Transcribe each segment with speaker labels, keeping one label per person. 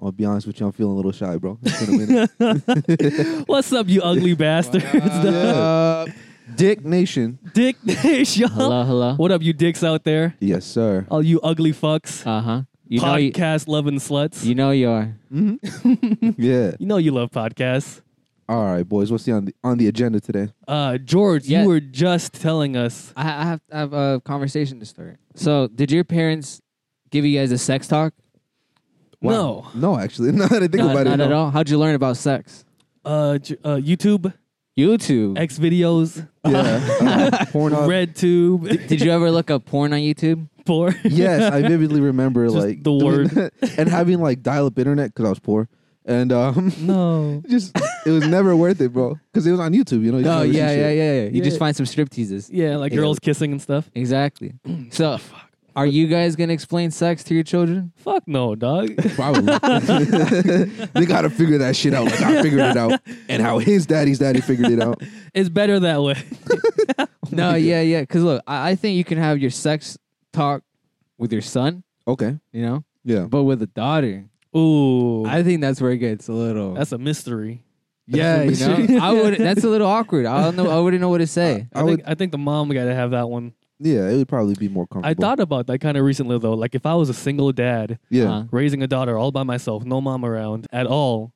Speaker 1: I'll be honest with you, I'm feeling a little shy, bro. It's been a minute.
Speaker 2: What's up, you ugly bastards?
Speaker 1: Uh, Dick Nation.
Speaker 2: Dick Nation.
Speaker 3: Hello, hello.
Speaker 2: What up, you dicks out there?
Speaker 1: Yes, sir.
Speaker 2: All you ugly fucks.
Speaker 3: Uh huh. You know you,
Speaker 2: podcast loving sluts.
Speaker 3: you know you're
Speaker 1: Yeah.
Speaker 2: You know you love podcasts.
Speaker 1: All right, boys. What's the on the on the agenda today?
Speaker 2: Uh, George,
Speaker 3: Yeah.
Speaker 2: you were just telling us.
Speaker 3: I, I have I have a conversation to start. So, did your parents give you guys a sex talk?
Speaker 2: No.
Speaker 1: No, actually, now that I think
Speaker 2: Not-
Speaker 1: about
Speaker 3: Not
Speaker 1: it,
Speaker 3: at
Speaker 1: no.
Speaker 3: all. How'd you learn about sex?
Speaker 2: Uh, J- uh, YouTube,
Speaker 3: YouTube.
Speaker 2: X videos,
Speaker 1: Yeah. Uh, porn up.
Speaker 2: Red Tube,
Speaker 3: did you ever look up porn on YouTube?
Speaker 2: porn.
Speaker 1: Yes, I vividly remember
Speaker 2: Just
Speaker 1: like
Speaker 2: the
Speaker 1: doing
Speaker 2: word.
Speaker 1: that and having like dial-up internet because I was poor, and um,
Speaker 2: No.
Speaker 1: just it was never worth it, bro. Because it was on YouTube, you know. you
Speaker 3: No,
Speaker 1: can never see
Speaker 3: Oh, yeah, yeah, yeah,
Speaker 1: shit.
Speaker 3: yeah. You
Speaker 2: Yeah.
Speaker 3: just find some strip teases.
Speaker 2: Yeah, like
Speaker 3: Yeah.
Speaker 2: girls kissing and stuff.
Speaker 3: Exactly. So, are you guys gonna explain sex to your children?
Speaker 2: Fuck no, dog.
Speaker 1: Probably. they gotta figure that shit out. Like I figured it out, and how his daddy's daddy figured it out.
Speaker 2: it's better that way.
Speaker 3: No, yeah, yeah. Because look, I, I think you can have your sex talk with your son,
Speaker 1: Okay.
Speaker 3: you know,
Speaker 1: Yeah.
Speaker 3: but with a daughter,
Speaker 1: Oh.
Speaker 2: Ooh,
Speaker 3: I think that's where it gets a little.
Speaker 2: that's a mystery.
Speaker 3: yeah, you know, I would. That's a little awkward. I don't know. I wouldn't know what to say.
Speaker 1: I
Speaker 2: I, think
Speaker 1: would-
Speaker 2: I think the mom got to have that one.
Speaker 1: Yeah, it would probably be more comfortable.
Speaker 2: I thought about that kind of recently though. Like if I was a single dad
Speaker 1: Yeah.
Speaker 3: Uh,
Speaker 2: raising a daughter all by myself, no mom around at all,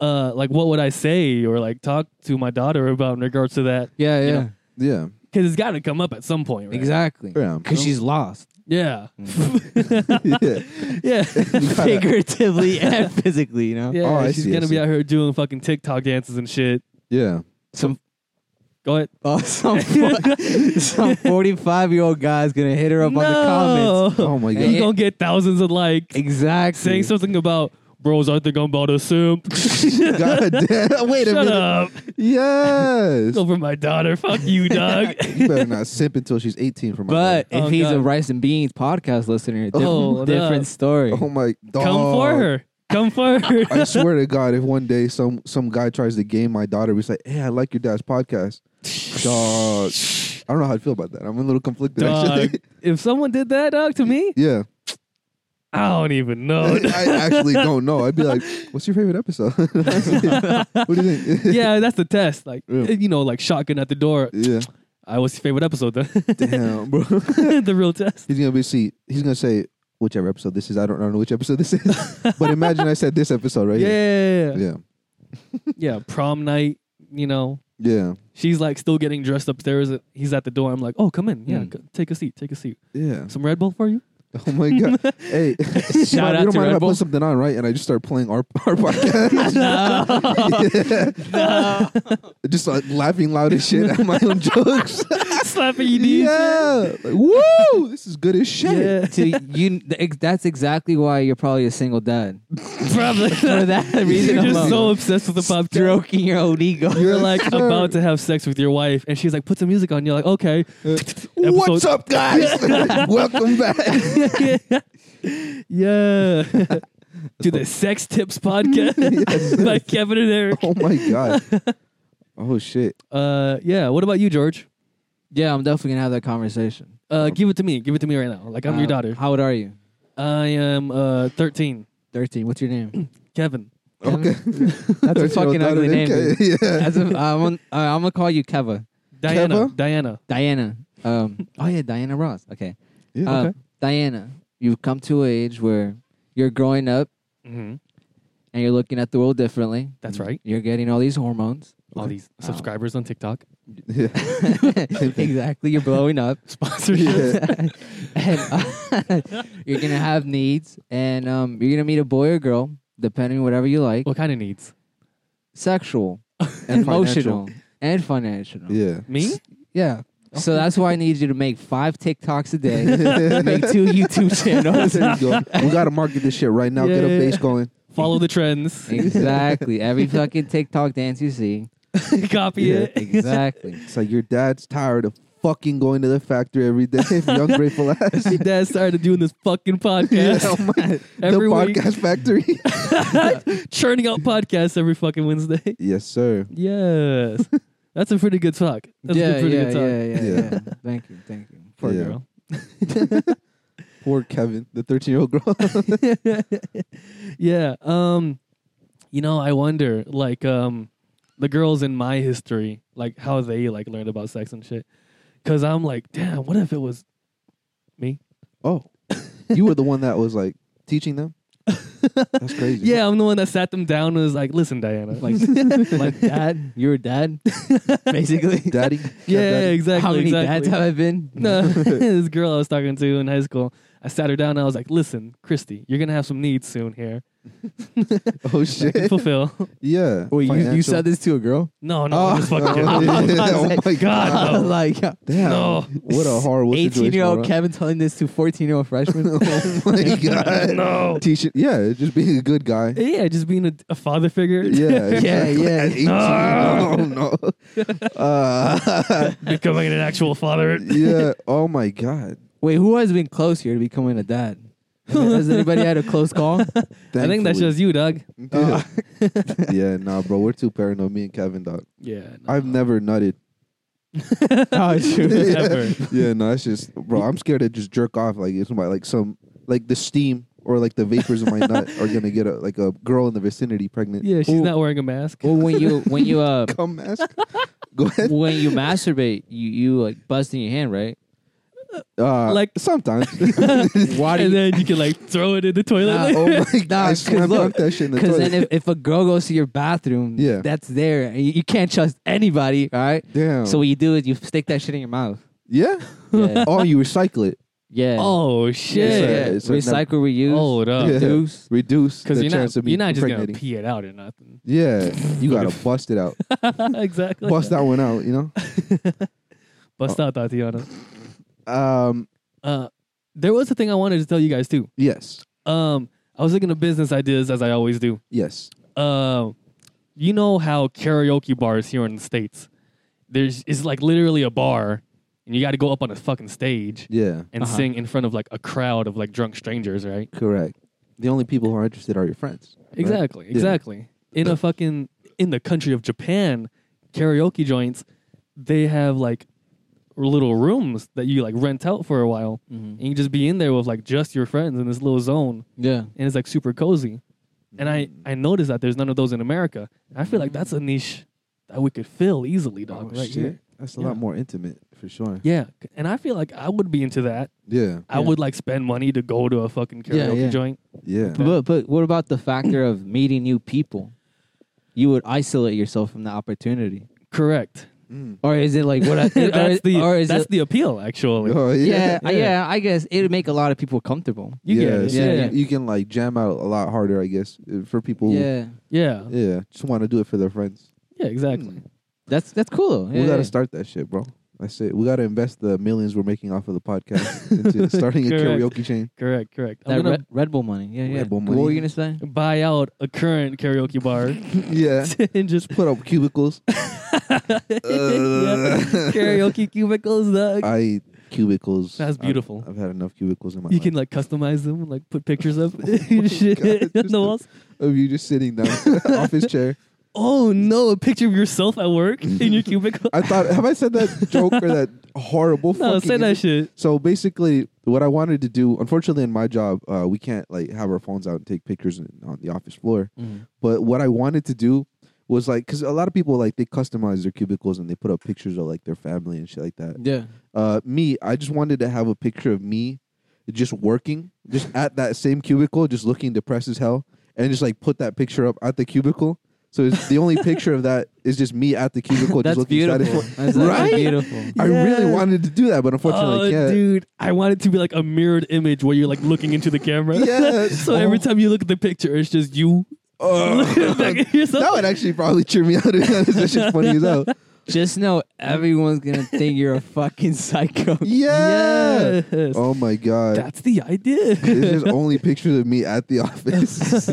Speaker 2: uh, like what would I say or like talk to my daughter about in regards to that?
Speaker 3: yeah, yeah,
Speaker 2: know,
Speaker 1: yeah.
Speaker 2: Because it's got to come up at some point, right?
Speaker 3: exactly.
Speaker 1: Yeah.
Speaker 3: Because she's lost,
Speaker 2: Yeah.
Speaker 1: Mm. yeah.
Speaker 2: yeah.
Speaker 3: figuratively and physically. You know.
Speaker 2: Yeah.
Speaker 1: Oh, I
Speaker 2: she's
Speaker 1: see, I
Speaker 2: gonna be
Speaker 1: see.
Speaker 2: out here doing fucking TikTok dances and shit.
Speaker 1: Yeah.
Speaker 3: Some
Speaker 2: Go ahead.
Speaker 3: oh, some fo- some forty five year old guy's gonna hit her up on the comments.
Speaker 1: Oh my god.
Speaker 3: Hey,
Speaker 2: You gonna get thousands of likes
Speaker 3: Exactly.
Speaker 2: saying something about bros. I think I'm about to simp.
Speaker 1: God damn. Wait a
Speaker 2: Shut
Speaker 1: minute.
Speaker 2: up.
Speaker 1: Yes.
Speaker 2: Over my daughter. Fuck you, dog.
Speaker 1: you better not sip until she's 18 for my
Speaker 3: But
Speaker 2: Oh,
Speaker 3: if he's a
Speaker 2: God.
Speaker 3: rice and beans podcast listener, different,
Speaker 2: Oh, what
Speaker 3: different
Speaker 2: up?
Speaker 3: story.
Speaker 1: brother. Oh my dog.
Speaker 2: Come for her. Come for her.
Speaker 1: I swear to God, if one day some some guy tries to game my daughter, we say, "Hey, I like your dad's podcast." Dog, I don't know how I feel about that. I'm a little conflicted.
Speaker 2: dog.
Speaker 1: Actually.
Speaker 2: if someone did that, dog, to me,
Speaker 1: yeah,
Speaker 2: I don't even know.
Speaker 1: I actually don't know. I'd be like, "What's your favorite episode?" what do you think?
Speaker 2: yeah, that's the test. Like,
Speaker 1: Yeah.
Speaker 2: you know, like shotgun at the door.
Speaker 1: yeah,
Speaker 2: I was your favorite episode, though.
Speaker 1: damn, bro.
Speaker 2: the real test.
Speaker 1: He's gonna be see. He's gonna say whichever episode this is. I don't, I don't know which episode this is, but imagine I said this episode right
Speaker 2: Yeah,
Speaker 1: here.
Speaker 2: yeah, yeah.
Speaker 1: Oh, Yeah,
Speaker 2: Yeah, prom night. You know,
Speaker 1: yeah,
Speaker 2: she's like still getting dressed upstairs. He's at the door. I'm like, oh, come in. Yeah,
Speaker 3: Mm.
Speaker 2: go- take a seat. Take a seat.
Speaker 1: yeah.
Speaker 2: Some Red Bull for you.
Speaker 1: Oh my god! Hey, you,
Speaker 3: out
Speaker 1: mind, you
Speaker 3: to
Speaker 1: don't mind
Speaker 3: Red
Speaker 1: if I
Speaker 3: Bull.
Speaker 1: put something on, right? And I just start playing our our podcast. just like laughing loud as shit at my own jokes.
Speaker 2: Slapping you, dude.
Speaker 1: yeah, like, woo! This is good as shit.
Speaker 2: Yeah.
Speaker 3: So you, the ex- that's exactly why you're probably a single dad.
Speaker 2: Probably.
Speaker 3: For that reason
Speaker 2: You're just
Speaker 3: alone.
Speaker 2: so obsessed with the pop
Speaker 3: stroking your own ego.
Speaker 2: You're like
Speaker 1: sir.
Speaker 2: about to have sex with your wife, and she's like, "Put some music on." You're like, "Okay."
Speaker 1: What's up, guys? Welcome back.
Speaker 2: yeah. to the Sex Tips podcast by Kevin and Eric.
Speaker 1: Oh my god! Oh shit!
Speaker 2: Uh, yeah. What about you, George?
Speaker 3: yeah, I'm definitely gonna have that conversation.
Speaker 2: Uh, give it to me. Give it to me right now. Like I'm
Speaker 3: Uh,
Speaker 2: your daughter.
Speaker 3: How old are you?
Speaker 2: I am uh 13.
Speaker 3: Thirteen. What's your name?
Speaker 2: Kevin.
Speaker 1: Okay,
Speaker 3: That's a fucking ugly name. dude.
Speaker 1: Yeah.
Speaker 3: That's a, I'm, on, uh, I'm gonna call you Keva.
Speaker 2: Diana.
Speaker 1: Keva?
Speaker 2: Diana.
Speaker 3: Diana. Um, oh yeah, Diana Ross. Okay.
Speaker 1: Yeah.
Speaker 3: Um, Diana, you've come to an age where you're growing up
Speaker 2: Mm-hmm.
Speaker 3: and you're looking at the world differently.
Speaker 2: That's right.
Speaker 3: You're getting all these hormones.
Speaker 2: All these subscribers on TikTok.
Speaker 1: yeah.
Speaker 3: exactly. You're blowing up.
Speaker 2: Sponsorship.
Speaker 3: and uh, you're gonna have needs, and um, you're gonna meet a boy or girl, depending whatever you like,
Speaker 2: What kind of needs?
Speaker 3: sexual,
Speaker 1: And
Speaker 3: emotional, and financial.
Speaker 1: Yeah.
Speaker 2: Me?
Speaker 3: Yeah. So that's why I need you to make five TikToks a day, make two YouTube channels.
Speaker 1: There you go. We gotta market this shit right now. Get a
Speaker 2: Yeah.
Speaker 1: base going.
Speaker 2: Follow the trends.
Speaker 3: exactly. Every fucking TikTok dance you see.
Speaker 2: Copy
Speaker 1: Yeah,
Speaker 2: it.
Speaker 3: Exactly.
Speaker 1: It's like your dad's tired of fucking going to the factory every day. you ungrateful ass.
Speaker 2: Your dad started doing this fucking podcast.
Speaker 1: Oh my-
Speaker 2: Every
Speaker 1: the
Speaker 2: week.
Speaker 1: podcast factory.
Speaker 2: churning out podcasts every fucking Wednesday.
Speaker 1: yes, sir.
Speaker 2: Yes. That's a pretty good talk. That's a
Speaker 3: yeah,
Speaker 2: good, pretty
Speaker 3: yeah,
Speaker 2: good talk.
Speaker 3: yeah, yeah,
Speaker 1: Yeah.
Speaker 3: yeah. Thank you, thank you.
Speaker 2: Poor
Speaker 1: Yeah.
Speaker 2: girl.
Speaker 1: Poor Kevin, the 13 year old girl.
Speaker 2: yeah. Um, you know, I wonder, like, um, the girls in my history, like, how they like learned about sex and shit. Cause I'm like, damn, what if it was me?
Speaker 1: oh, you were the one that was like teaching them. That's crazy.
Speaker 2: Yeah, I'm the one that sat them down and was like, listen, Diana, like,
Speaker 3: like dad, you're a dad, basically.
Speaker 1: daddy.
Speaker 2: yeah,
Speaker 1: Daddy.
Speaker 2: exactly.
Speaker 3: How many
Speaker 2: exactly.
Speaker 3: dads have I been?
Speaker 2: No, this girl I was talking to in high school, I sat her down and I was like, listen, Christy, you're going to have some needs soon here.
Speaker 1: Oh
Speaker 2: that I can
Speaker 1: shit.
Speaker 2: fulfill.
Speaker 1: yeah.
Speaker 3: Wait, you, you
Speaker 1: Financial-
Speaker 3: said this to a girl?
Speaker 2: No, no, I'm
Speaker 1: Oh,
Speaker 2: just fucking kidding.
Speaker 1: oh my
Speaker 2: God,
Speaker 1: god.
Speaker 2: no.
Speaker 3: like
Speaker 1: Damn.
Speaker 2: No.
Speaker 1: What a horrible
Speaker 3: 18 year old
Speaker 1: situation,
Speaker 3: Kevin telling this to 14 year old
Speaker 1: bro.
Speaker 3: freshman.
Speaker 1: oh my god.
Speaker 2: No.
Speaker 1: Teaching. Yeah, just being a good guy.
Speaker 2: Yeah, just being a, a father figure.
Speaker 1: Yeah, exactly.
Speaker 3: yeah.
Speaker 1: At 18,
Speaker 2: No.
Speaker 1: no, no. Uh,
Speaker 2: Becoming an actual father.
Speaker 1: yeah. Oh my god.
Speaker 3: Wait, who has been close here to becoming a dad? has anybody had a close call?
Speaker 2: I think
Speaker 1: Thankfully.
Speaker 2: that's just uh, you, Doug.
Speaker 1: Yeah. yeah, nah, bro. We're too paranoid. Me and Kevin, dog.
Speaker 2: Yeah.
Speaker 1: I've never nutted.
Speaker 3: oh, shoot.
Speaker 2: Ever.
Speaker 1: Yeah, no, it's just, bro. I'm scared to just jerk off. Like it's my like some like the steam or like the vapors of my nut are gonna get a like a girl in the vicinity pregnant.
Speaker 2: Yeah, she's
Speaker 3: Ooh.
Speaker 2: not wearing a mask.
Speaker 3: Well, when you when you uh
Speaker 1: Come mask. Go ahead.
Speaker 3: when you masturbate, you you like bust in your hand, right?
Speaker 1: Uh,
Speaker 2: Like-
Speaker 1: like sometimes.
Speaker 3: Why
Speaker 2: and
Speaker 3: do you?
Speaker 2: then you can like throw it in the toilet.
Speaker 3: Nah,
Speaker 2: later.
Speaker 1: oh my god!
Speaker 3: Nah,
Speaker 1: I
Speaker 3: 'cause
Speaker 1: slam
Speaker 3: look,
Speaker 1: dunk that shit in the
Speaker 3: Because
Speaker 1: toilet.
Speaker 3: then if, if a girl goes to your bathroom,
Speaker 1: Yeah.
Speaker 3: that's there. and You, you can't trust anybody, all right?
Speaker 1: Damn.
Speaker 3: So what you do is you stick that shit in your mouth.
Speaker 1: yeah.
Speaker 3: Yeah.
Speaker 1: oh, you recycle it.
Speaker 3: Yeah.
Speaker 2: oh
Speaker 3: yeah.
Speaker 1: It's
Speaker 2: shit.
Speaker 1: a- it's a
Speaker 3: Recycle, reuse.
Speaker 2: Hold up.
Speaker 1: Yeah.
Speaker 3: Deuce.
Speaker 1: Reduce the
Speaker 2: Because you're
Speaker 1: chance
Speaker 2: not,
Speaker 1: of me
Speaker 2: you're not just going to
Speaker 1: impregnating.
Speaker 2: pee it out or nothing.
Speaker 1: Yeah, you gotta bust it out.
Speaker 2: exactly.
Speaker 1: Bust that one out. You know.
Speaker 2: Bust out, Tatiana.
Speaker 1: Um.
Speaker 2: Uh, there was a thing I wanted to tell you guys, too.
Speaker 1: Yes.
Speaker 2: Um, I was looking at business ideas as I always do.
Speaker 1: Yes.
Speaker 2: uh, you know how karaoke bars here in the states, there's it's like literally a bar, and you got to go up on a fucking stage
Speaker 1: Yeah.
Speaker 2: and
Speaker 3: Uh-huh.
Speaker 2: sing in front of like a crowd of like drunk strangers, right?
Speaker 1: Correct. The only people who are interested are your friends. right?
Speaker 2: Exactly,
Speaker 1: Yeah.
Speaker 2: exactly. In a fucking in the country of Japan, karaoke joints, they have like little rooms that you like rent out for a while,
Speaker 3: Mm-hmm.
Speaker 2: and you just be in there with like just your friends in this little zone,
Speaker 3: Yeah.
Speaker 2: and it's like super cozy. And
Speaker 3: Mm.
Speaker 2: I I noticed that there's none of those in America. I feel like that's a niche that we could fill easily,
Speaker 1: Oh,
Speaker 2: dog. right
Speaker 1: shit.
Speaker 2: here.
Speaker 1: That's a
Speaker 2: Yeah.
Speaker 1: lot more intimate for sure.
Speaker 2: Yeah, c- and I feel like I would be into that.
Speaker 1: Yeah.
Speaker 2: I
Speaker 3: Yeah.
Speaker 2: would like spend money to go to a fucking karaoke
Speaker 3: Yeah, yeah.
Speaker 2: joint.
Speaker 1: Yeah.
Speaker 3: But, but what about the factor of meeting new people? You would isolate yourself from the opportunity.
Speaker 2: Correct.
Speaker 1: Mm.
Speaker 3: Or is it like what? I, or,
Speaker 2: that's
Speaker 3: is-
Speaker 2: the
Speaker 3: or is
Speaker 2: that's
Speaker 3: it,
Speaker 2: the appeal actually.
Speaker 1: Oh
Speaker 3: yeah, yeah,
Speaker 2: yeah.
Speaker 3: I guess it'd make a lot of people comfortable.
Speaker 2: You get it.
Speaker 1: so
Speaker 3: yeah,
Speaker 1: you-
Speaker 3: yeah.
Speaker 1: You can like jam out a lot harder, I guess, uh, for people.
Speaker 3: Yeah,
Speaker 2: Yeah.
Speaker 1: Who, yeah. Just want to do it for their friends.
Speaker 2: Yeah, exactly.
Speaker 3: that's that's cool.
Speaker 1: we
Speaker 3: Yeah,
Speaker 1: gotta
Speaker 3: yeah.
Speaker 1: start that shit, bro. That's it. We gotta invest the millions we're making off of the podcast into starting a
Speaker 2: Correct.
Speaker 1: karaoke chain.
Speaker 2: Correct, correct. I'm
Speaker 3: that
Speaker 2: gonna
Speaker 3: Red, Red Bull money. Yeah, yeah.
Speaker 1: Red Bull
Speaker 3: What
Speaker 1: money.
Speaker 3: were you gonna say?
Speaker 2: buy out a current karaoke bar
Speaker 1: yeah.
Speaker 2: and just
Speaker 1: Put up cubicles. Uh,
Speaker 2: Yeah, karaoke cubicles. Dog.
Speaker 1: I cubicles.
Speaker 2: That's
Speaker 1: I've-
Speaker 2: beautiful.
Speaker 1: I've, had enough cubicles in my
Speaker 2: you
Speaker 1: life.
Speaker 2: can like customize them, and, like put pictures up and shit
Speaker 1: Oh God,
Speaker 2: on
Speaker 1: just
Speaker 2: the
Speaker 1: a-
Speaker 2: walls.
Speaker 1: of you just sitting down off his chair.
Speaker 2: Oh no, a picture of yourself at work in your cubicle.
Speaker 1: I thought, have I said that joke or that horrible?
Speaker 2: no,
Speaker 1: fucking
Speaker 2: say that
Speaker 1: image?
Speaker 2: shit.
Speaker 1: So basically, what I wanted to do, unfortunately, in my job, uh, we can't like have our phones out and take pictures in, on the office floor. But what I wanted to do was like, because a lot of people like they customize their cubicles and they put up pictures of like their family and shit like that.
Speaker 3: Yeah,
Speaker 1: Uh, me, I just wanted to have a picture of me just working, just at that same cubicle, just looking depressed as hell, and just like put that picture up at the cubicle. So it's the only picture of that is just me at the cubicle,
Speaker 3: that's
Speaker 1: just looking
Speaker 3: beautiful.
Speaker 1: satisfied.
Speaker 3: That's
Speaker 1: Right?
Speaker 3: actually beautiful.
Speaker 1: I really
Speaker 2: Yeah.
Speaker 1: wanted to do that, but unfortunately,
Speaker 2: Oh,
Speaker 1: I can't.
Speaker 2: dude, I want it to be like a mirrored image where you're like looking into the camera.
Speaker 1: Yes.
Speaker 2: so every time you look at the picture, it's just you looking
Speaker 1: Oh.
Speaker 2: back at yourself.
Speaker 1: That would actually probably cheer me out. To be honest, that shit's funny as hell.
Speaker 3: Just know everyone's gonna think you're a fucking psycho.
Speaker 1: Yeah.
Speaker 2: Yes.
Speaker 1: Oh my god.
Speaker 2: That's the idea.
Speaker 1: this is only pictures of me at the office.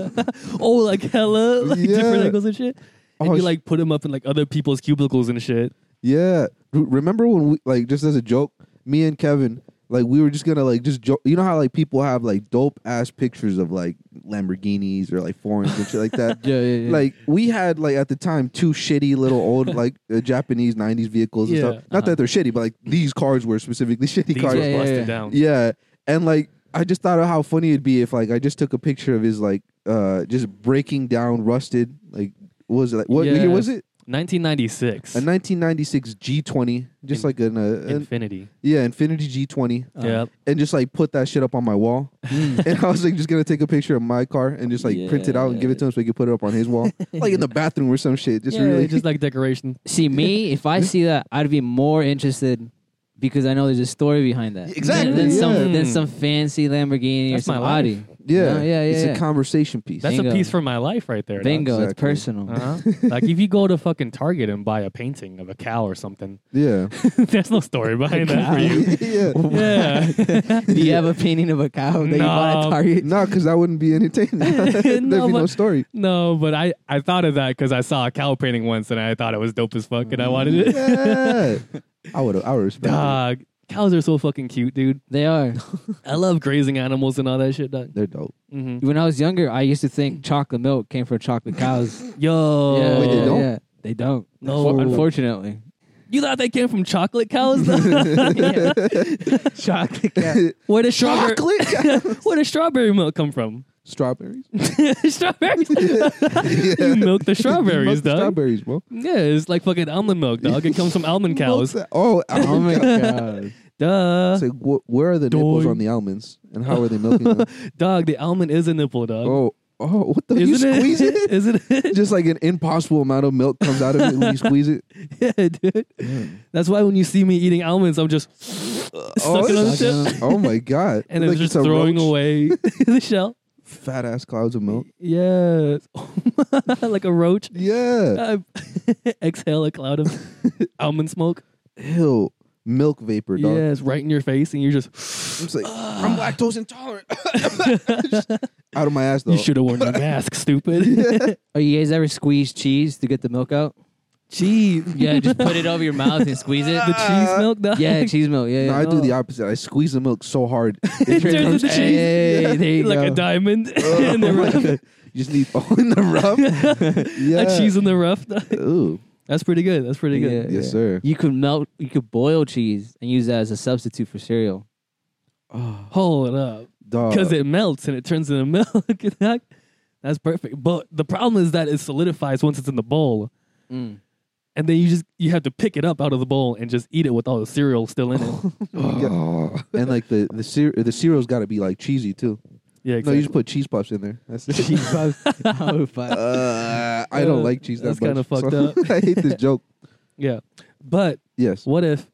Speaker 2: oh, like hella, like different
Speaker 1: Yeah.
Speaker 2: angles and shit. And
Speaker 1: Oh,
Speaker 2: you
Speaker 1: sh-
Speaker 2: like put them up in like other people's cubicles and shit.
Speaker 1: yeah. R- Remember when we like just as a joke, me and Kevin, like we were just gonna like just joke. You know how like people have like dope ass pictures of like Lamborghinis or like foreigns and shit like that.
Speaker 3: yeah, yeah. yeah.
Speaker 1: Like we had like at the time two shitty little old like uh, Japanese '90s vehicles and
Speaker 2: Yeah, Uh-huh.
Speaker 1: stuff. Not that they're shitty, but like these cars were specifically shitty
Speaker 2: These
Speaker 1: cars.
Speaker 2: were
Speaker 3: Yeah, yeah,
Speaker 2: busted
Speaker 3: yeah.
Speaker 2: down.
Speaker 1: Yeah, and like I just thought of how funny it'd be if like I just took a picture of his like uh just breaking down rusted like what was it like what year was
Speaker 2: Yes.
Speaker 1: it
Speaker 2: 1996.
Speaker 1: a 1996 G20 just
Speaker 2: In-
Speaker 1: like an, uh, an
Speaker 2: Infinity.
Speaker 1: yeah Infinity G20
Speaker 3: Uh,
Speaker 2: yep.
Speaker 1: and just like put that shit up on my wall
Speaker 2: Hmm.
Speaker 1: and I was like just gonna take a picture of my car and just like print it out and give it to him so he could put it up on his wall like in the bathroom or some shit just
Speaker 2: yeah,
Speaker 1: really
Speaker 2: just like decoration.
Speaker 3: See me, if I see that, I'd be more interested because I know there's a story behind that.
Speaker 1: Exactly,
Speaker 3: Than, than
Speaker 1: yeah.
Speaker 3: some than some fancy Lamborghini
Speaker 2: That's
Speaker 3: or
Speaker 2: my
Speaker 3: some
Speaker 2: life.
Speaker 3: Audi.
Speaker 1: yeah
Speaker 3: No, yeah,
Speaker 1: it's
Speaker 3: yeah,
Speaker 1: a
Speaker 3: yeah.
Speaker 1: conversation piece
Speaker 2: That's
Speaker 3: Bingo.
Speaker 2: a piece from my life right there. dog.
Speaker 3: Bingo, it's
Speaker 1: Exactly.
Speaker 3: personal.
Speaker 2: Uh-huh. like if you go to fucking Target and buy a painting of a cow or something,
Speaker 1: yeah
Speaker 2: there's no story behind that for you.
Speaker 1: yeah
Speaker 2: Yeah.
Speaker 3: Do you have a painting of a cow that you bought at
Speaker 2: No.
Speaker 3: Target?
Speaker 1: no because that wouldn't be entertaining there'd
Speaker 2: No,
Speaker 1: be no
Speaker 2: but-
Speaker 1: story
Speaker 2: no, but I, I thought of that because I saw a cow painting once and I thought it was dope as fuck and I wanted it.
Speaker 1: yeah. I would I would respect it.
Speaker 2: Dog. Cows are so fucking cute, dude.
Speaker 3: They are.
Speaker 2: I love grazing animals and all that shit, dog.
Speaker 1: They're dope.
Speaker 2: hmm
Speaker 3: When I was younger, I used to think chocolate milk came from chocolate cows.
Speaker 2: Yo.
Speaker 3: yeah,
Speaker 1: Wait, they don't?
Speaker 3: yeah. They don't.
Speaker 2: No.
Speaker 3: Unfor- unfortunately.
Speaker 2: You thought they came from chocolate cows?
Speaker 3: chocolate
Speaker 2: Where does strawberry
Speaker 1: Chocolate
Speaker 2: Where does strawberry milk come from?
Speaker 1: strawberries.
Speaker 2: strawberries. you milk the strawberries,
Speaker 1: Milk the
Speaker 2: dog.
Speaker 1: Strawberries, bro.
Speaker 2: Yeah, it's like fucking almond milk, dog. It comes from almond cows.
Speaker 1: Milk the- Oh,
Speaker 3: Oh
Speaker 1: almond
Speaker 3: my
Speaker 1: cow.
Speaker 3: god.
Speaker 2: Duh.
Speaker 1: So wh- where are the nipples
Speaker 2: Dog.
Speaker 1: on the almonds, and how are they milking them?
Speaker 2: Dog, the almond is a nipple, dog.
Speaker 1: Oh, oh, what the? you
Speaker 2: it?
Speaker 1: squeeze it?
Speaker 2: Isn't it?
Speaker 1: Just like an impossible amount of milk comes out of it when you squeeze it.
Speaker 2: yeah, dude.
Speaker 1: Mm.
Speaker 2: That's why when you see me eating almonds, I'm just sucking on the
Speaker 1: it's-
Speaker 3: sucking
Speaker 2: tip
Speaker 3: on-
Speaker 1: Oh my god!
Speaker 2: and
Speaker 1: Like
Speaker 2: then
Speaker 1: it's
Speaker 2: just
Speaker 1: a
Speaker 2: throwing
Speaker 1: roach.
Speaker 2: away the shell.
Speaker 1: fat ass clouds of milk.
Speaker 2: Yes. like a roach.
Speaker 1: Yeah,
Speaker 2: I exhale a cloud of almond smoke.
Speaker 1: ew, milk vapor, dog.
Speaker 2: Yes, right in your face, and you're just.
Speaker 1: I'm just like, I'm lactose intolerant. out of my ass though.
Speaker 2: You should have worn your mask, stupid.
Speaker 3: Are Oh, you guys ever squeeze cheese to get the milk out?
Speaker 2: Cheese.
Speaker 3: Yeah, just put it over your mouth and squeeze it.
Speaker 2: the cheese milk. Dog.
Speaker 3: Yeah, cheese milk. Yeah,
Speaker 1: No,
Speaker 3: yeah.
Speaker 1: I do the opposite. I squeeze the milk so hard. It
Speaker 2: turns
Speaker 1: turns-
Speaker 2: into cheese.
Speaker 3: Hey, there you
Speaker 2: like a
Speaker 3: go.
Speaker 2: diamond
Speaker 1: Oh
Speaker 2: in the
Speaker 1: my
Speaker 2: rough.
Speaker 1: God. You just need oh in the rough. yeah.
Speaker 2: A cheese in the rough. dog.
Speaker 1: Ooh.
Speaker 2: That's pretty good. That's pretty good.
Speaker 1: Yes, sir.
Speaker 3: You could melt. You could boil cheese and use that as a substitute for cereal.
Speaker 2: Hold it up,
Speaker 1: Dog.
Speaker 2: because it melts and it turns into milk. dog. That's perfect. But the problem is that it solidifies once it's in the bowl,
Speaker 1: Mm.
Speaker 2: and then you just you have to pick it up out of the bowl and just eat it with all the cereal still in it.
Speaker 1: Oh. and like the the cere- the cereal's got to be like cheesy too.
Speaker 2: yeah,
Speaker 1: No, you
Speaker 2: exactly.
Speaker 1: just put cheese puffs in there. That's it.
Speaker 3: Cheese puffs. oh, fuck.
Speaker 1: Uh, I don't
Speaker 2: Uh,
Speaker 1: like cheese that
Speaker 2: that's
Speaker 1: much.
Speaker 2: kinda fucked
Speaker 1: so
Speaker 2: up.
Speaker 1: I hate this joke.
Speaker 2: yeah. But
Speaker 1: Yes.
Speaker 2: what if?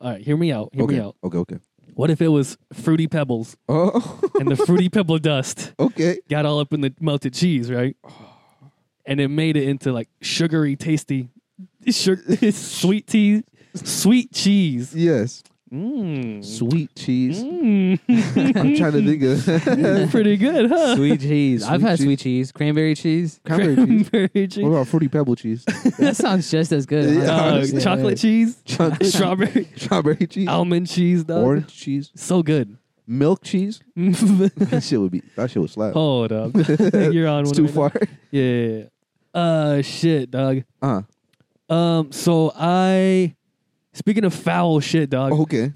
Speaker 2: All right, hear me out. Hear
Speaker 1: okay.
Speaker 2: me out.
Speaker 1: Okay. Okay.
Speaker 2: What if it was fruity pebbles
Speaker 1: Oh.
Speaker 2: and the fruity pebble dust?
Speaker 1: okay.
Speaker 2: got all up in the melted cheese, right? And it made it into like sugary, tasty, sugar, sweet tea, sweet cheese.
Speaker 1: Yes. Mm.
Speaker 2: Mmm.
Speaker 1: Sweet cheese.
Speaker 2: Mm.
Speaker 1: I'm trying to think of
Speaker 2: Pretty good, huh?
Speaker 3: Sweet cheese. I've
Speaker 1: Sweet
Speaker 3: had
Speaker 1: cheese.
Speaker 3: sweet cheese. Cranberry cheese.
Speaker 1: cranberry cheese.
Speaker 2: Cranberry cheese.
Speaker 1: What about fruity pebble cheese?
Speaker 3: That sounds just as good.
Speaker 1: Yeah.
Speaker 2: Dog,
Speaker 1: honestly,
Speaker 2: chocolate cheese,
Speaker 1: Chocolate-
Speaker 2: strawberry,
Speaker 1: Strawberry cheese.
Speaker 2: almond cheese, dog.
Speaker 1: Orange cheese.
Speaker 2: So good.
Speaker 1: Milk cheese. that shit would be. That shit would slap.
Speaker 2: Hold up. You're on
Speaker 1: it's
Speaker 2: one
Speaker 1: too
Speaker 2: right now.
Speaker 1: far.
Speaker 2: Yeah, yeah, yeah. Uh, shit, dog.
Speaker 1: Uh.
Speaker 2: Um, so I, speaking of foul shit, dog,
Speaker 1: Oh, Okay.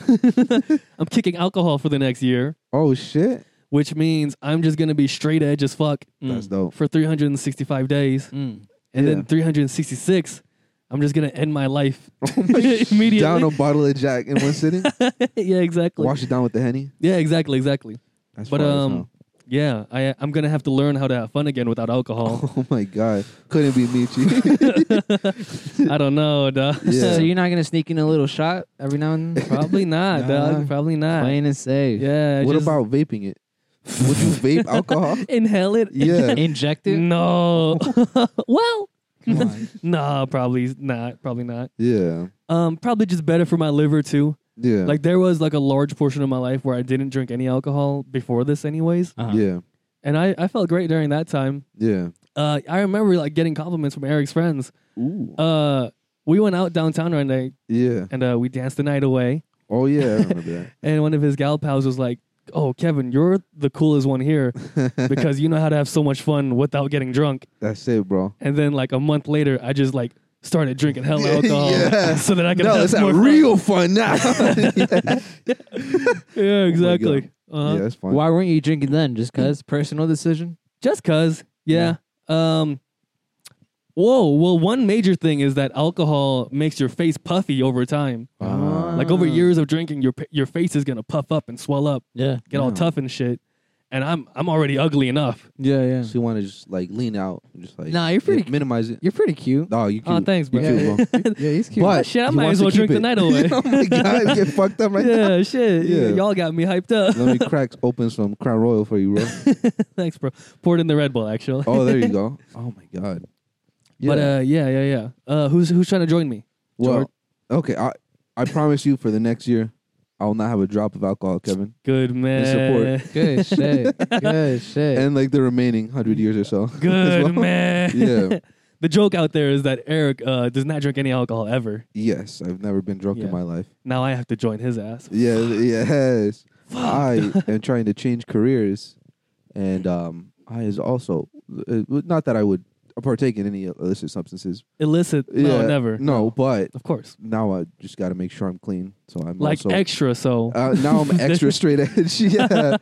Speaker 2: I'm kicking alcohol for the next year.
Speaker 1: Oh shit.
Speaker 2: which means I'm just gonna be straight edge as fuck Mm.
Speaker 1: That's dope.
Speaker 2: for 365 days,
Speaker 3: Mm.
Speaker 2: and
Speaker 1: Yeah.
Speaker 2: then 366, I'm just gonna end my life immediately.
Speaker 1: Oh Down a bottle of Jack in one sitting.
Speaker 2: yeah, exactly.
Speaker 1: Wash it down with the henny.
Speaker 2: Yeah, exactly, exactly.
Speaker 1: That's
Speaker 2: But
Speaker 1: fire as
Speaker 2: um, yeah, I I'm gonna have to learn how to have fun again without alcohol.
Speaker 1: hell. Oh my god. Couldn't be Michi.
Speaker 2: I don't know, duh.
Speaker 1: Yeah.
Speaker 3: So you're not gonna sneak in a little shot every now and then?
Speaker 2: Probably not,
Speaker 3: Nah.
Speaker 2: dog. Probably not.
Speaker 3: Plain and safe.
Speaker 2: Yeah.
Speaker 1: what
Speaker 2: just
Speaker 1: about vaping it? Would you vape alcohol?
Speaker 2: inhale it?
Speaker 1: Yeah.
Speaker 3: Inject it.
Speaker 1: Mm.
Speaker 2: no. well,
Speaker 1: Come on.
Speaker 2: nah, probably not. Probably not.
Speaker 1: Yeah.
Speaker 2: Um, probably just better for my liver too.
Speaker 1: Yeah.
Speaker 2: Like there was like a large portion of my life where I didn't drink any alcohol before this anyways.
Speaker 3: Uh-huh.
Speaker 1: yeah.
Speaker 2: And I, I felt great during that time.
Speaker 1: Yeah.
Speaker 2: Uh, I remember like getting compliments from Eric's friends.
Speaker 1: Ooh.
Speaker 2: Uh, we went out downtown one night
Speaker 1: yeah.
Speaker 2: and uh, we danced the night away.
Speaker 1: Oh yeah, I remember
Speaker 2: And one of his gal pals was like, "Oh, Kevin, you're the coolest one here
Speaker 1: that.
Speaker 2: because you know how to have so much fun without getting drunk."
Speaker 1: That's it, bro.
Speaker 2: And then like a month later, I just like started drinking hella alcohol
Speaker 1: Yeah.
Speaker 2: so that I could
Speaker 1: no,
Speaker 2: have
Speaker 1: it's that
Speaker 2: more Uh,
Speaker 1: real fun now.
Speaker 2: Fun. Yeah, exactly.
Speaker 1: Oh Yeah,
Speaker 2: Uh-huh.
Speaker 1: that's fun.
Speaker 3: Why weren't you drinking then? Just cause personal decision.
Speaker 2: Just cause. Yeah. Um. Whoa. Well, one major thing is that alcohol makes your face puffy over time.
Speaker 1: Ah.
Speaker 2: Like over
Speaker 3: Ah.
Speaker 2: years of drinking, your pa- your face is gonna puff up and swell up,
Speaker 3: Yeah.
Speaker 2: get all
Speaker 1: Yeah.
Speaker 2: tough and shit. And I'm I'm already ugly enough.
Speaker 3: Yeah. Yeah.
Speaker 1: So you want to just like lean out and just like
Speaker 3: Nah, you're pretty.
Speaker 1: mi- minimize it.
Speaker 3: You're pretty cute.
Speaker 1: Oh, you
Speaker 2: Oh,
Speaker 1: cute.
Speaker 2: thanks,
Speaker 1: You
Speaker 2: bro.
Speaker 1: cute, bro.
Speaker 3: Yeah, he's cute.
Speaker 1: But
Speaker 2: Shit, I
Speaker 1: he
Speaker 2: might
Speaker 1: wants
Speaker 2: as
Speaker 1: to
Speaker 2: well
Speaker 1: keep
Speaker 2: drink the
Speaker 1: it.
Speaker 2: night away.
Speaker 1: oh my god, get fucked up right now.
Speaker 2: yeah, shit.
Speaker 1: Yeah.
Speaker 2: Y'all got me hyped up.
Speaker 1: Let me crack open some Crown Royal for you, bro.
Speaker 2: Thanks, bro. Poured in the Red Bull, actually.
Speaker 1: Oh, there you go. Oh my god.
Speaker 2: But uh, yeah, yeah, yeah. Uh, who's who's trying to join me? George.
Speaker 1: well, okay. I I promise you for the next year, I will not have a drop of alcohol, Kevin,
Speaker 2: Good man.
Speaker 3: Good shit. Good shit.
Speaker 1: and like the remaining hundred years or so. as
Speaker 2: Good
Speaker 1: well.
Speaker 2: man.
Speaker 1: Yeah.
Speaker 2: the joke out there is that Eric uh, does not drink any alcohol ever.
Speaker 1: Yes, I've never been drunk
Speaker 2: Yeah.
Speaker 1: in my life.
Speaker 2: Now I have to join his ass.
Speaker 1: Yeah, yes.
Speaker 2: Fuck.
Speaker 1: I am trying to change careers, and um, I is also uh, not that I would partake in any illicit substances.
Speaker 2: Illicit? No,
Speaker 1: Yeah,
Speaker 2: never.
Speaker 1: No, but
Speaker 2: Of course.
Speaker 1: now I just got to make sure I'm clean. So I'm
Speaker 2: Like
Speaker 1: also,
Speaker 2: extra, so
Speaker 1: Uh, now I'm extra straight edge. Yeah.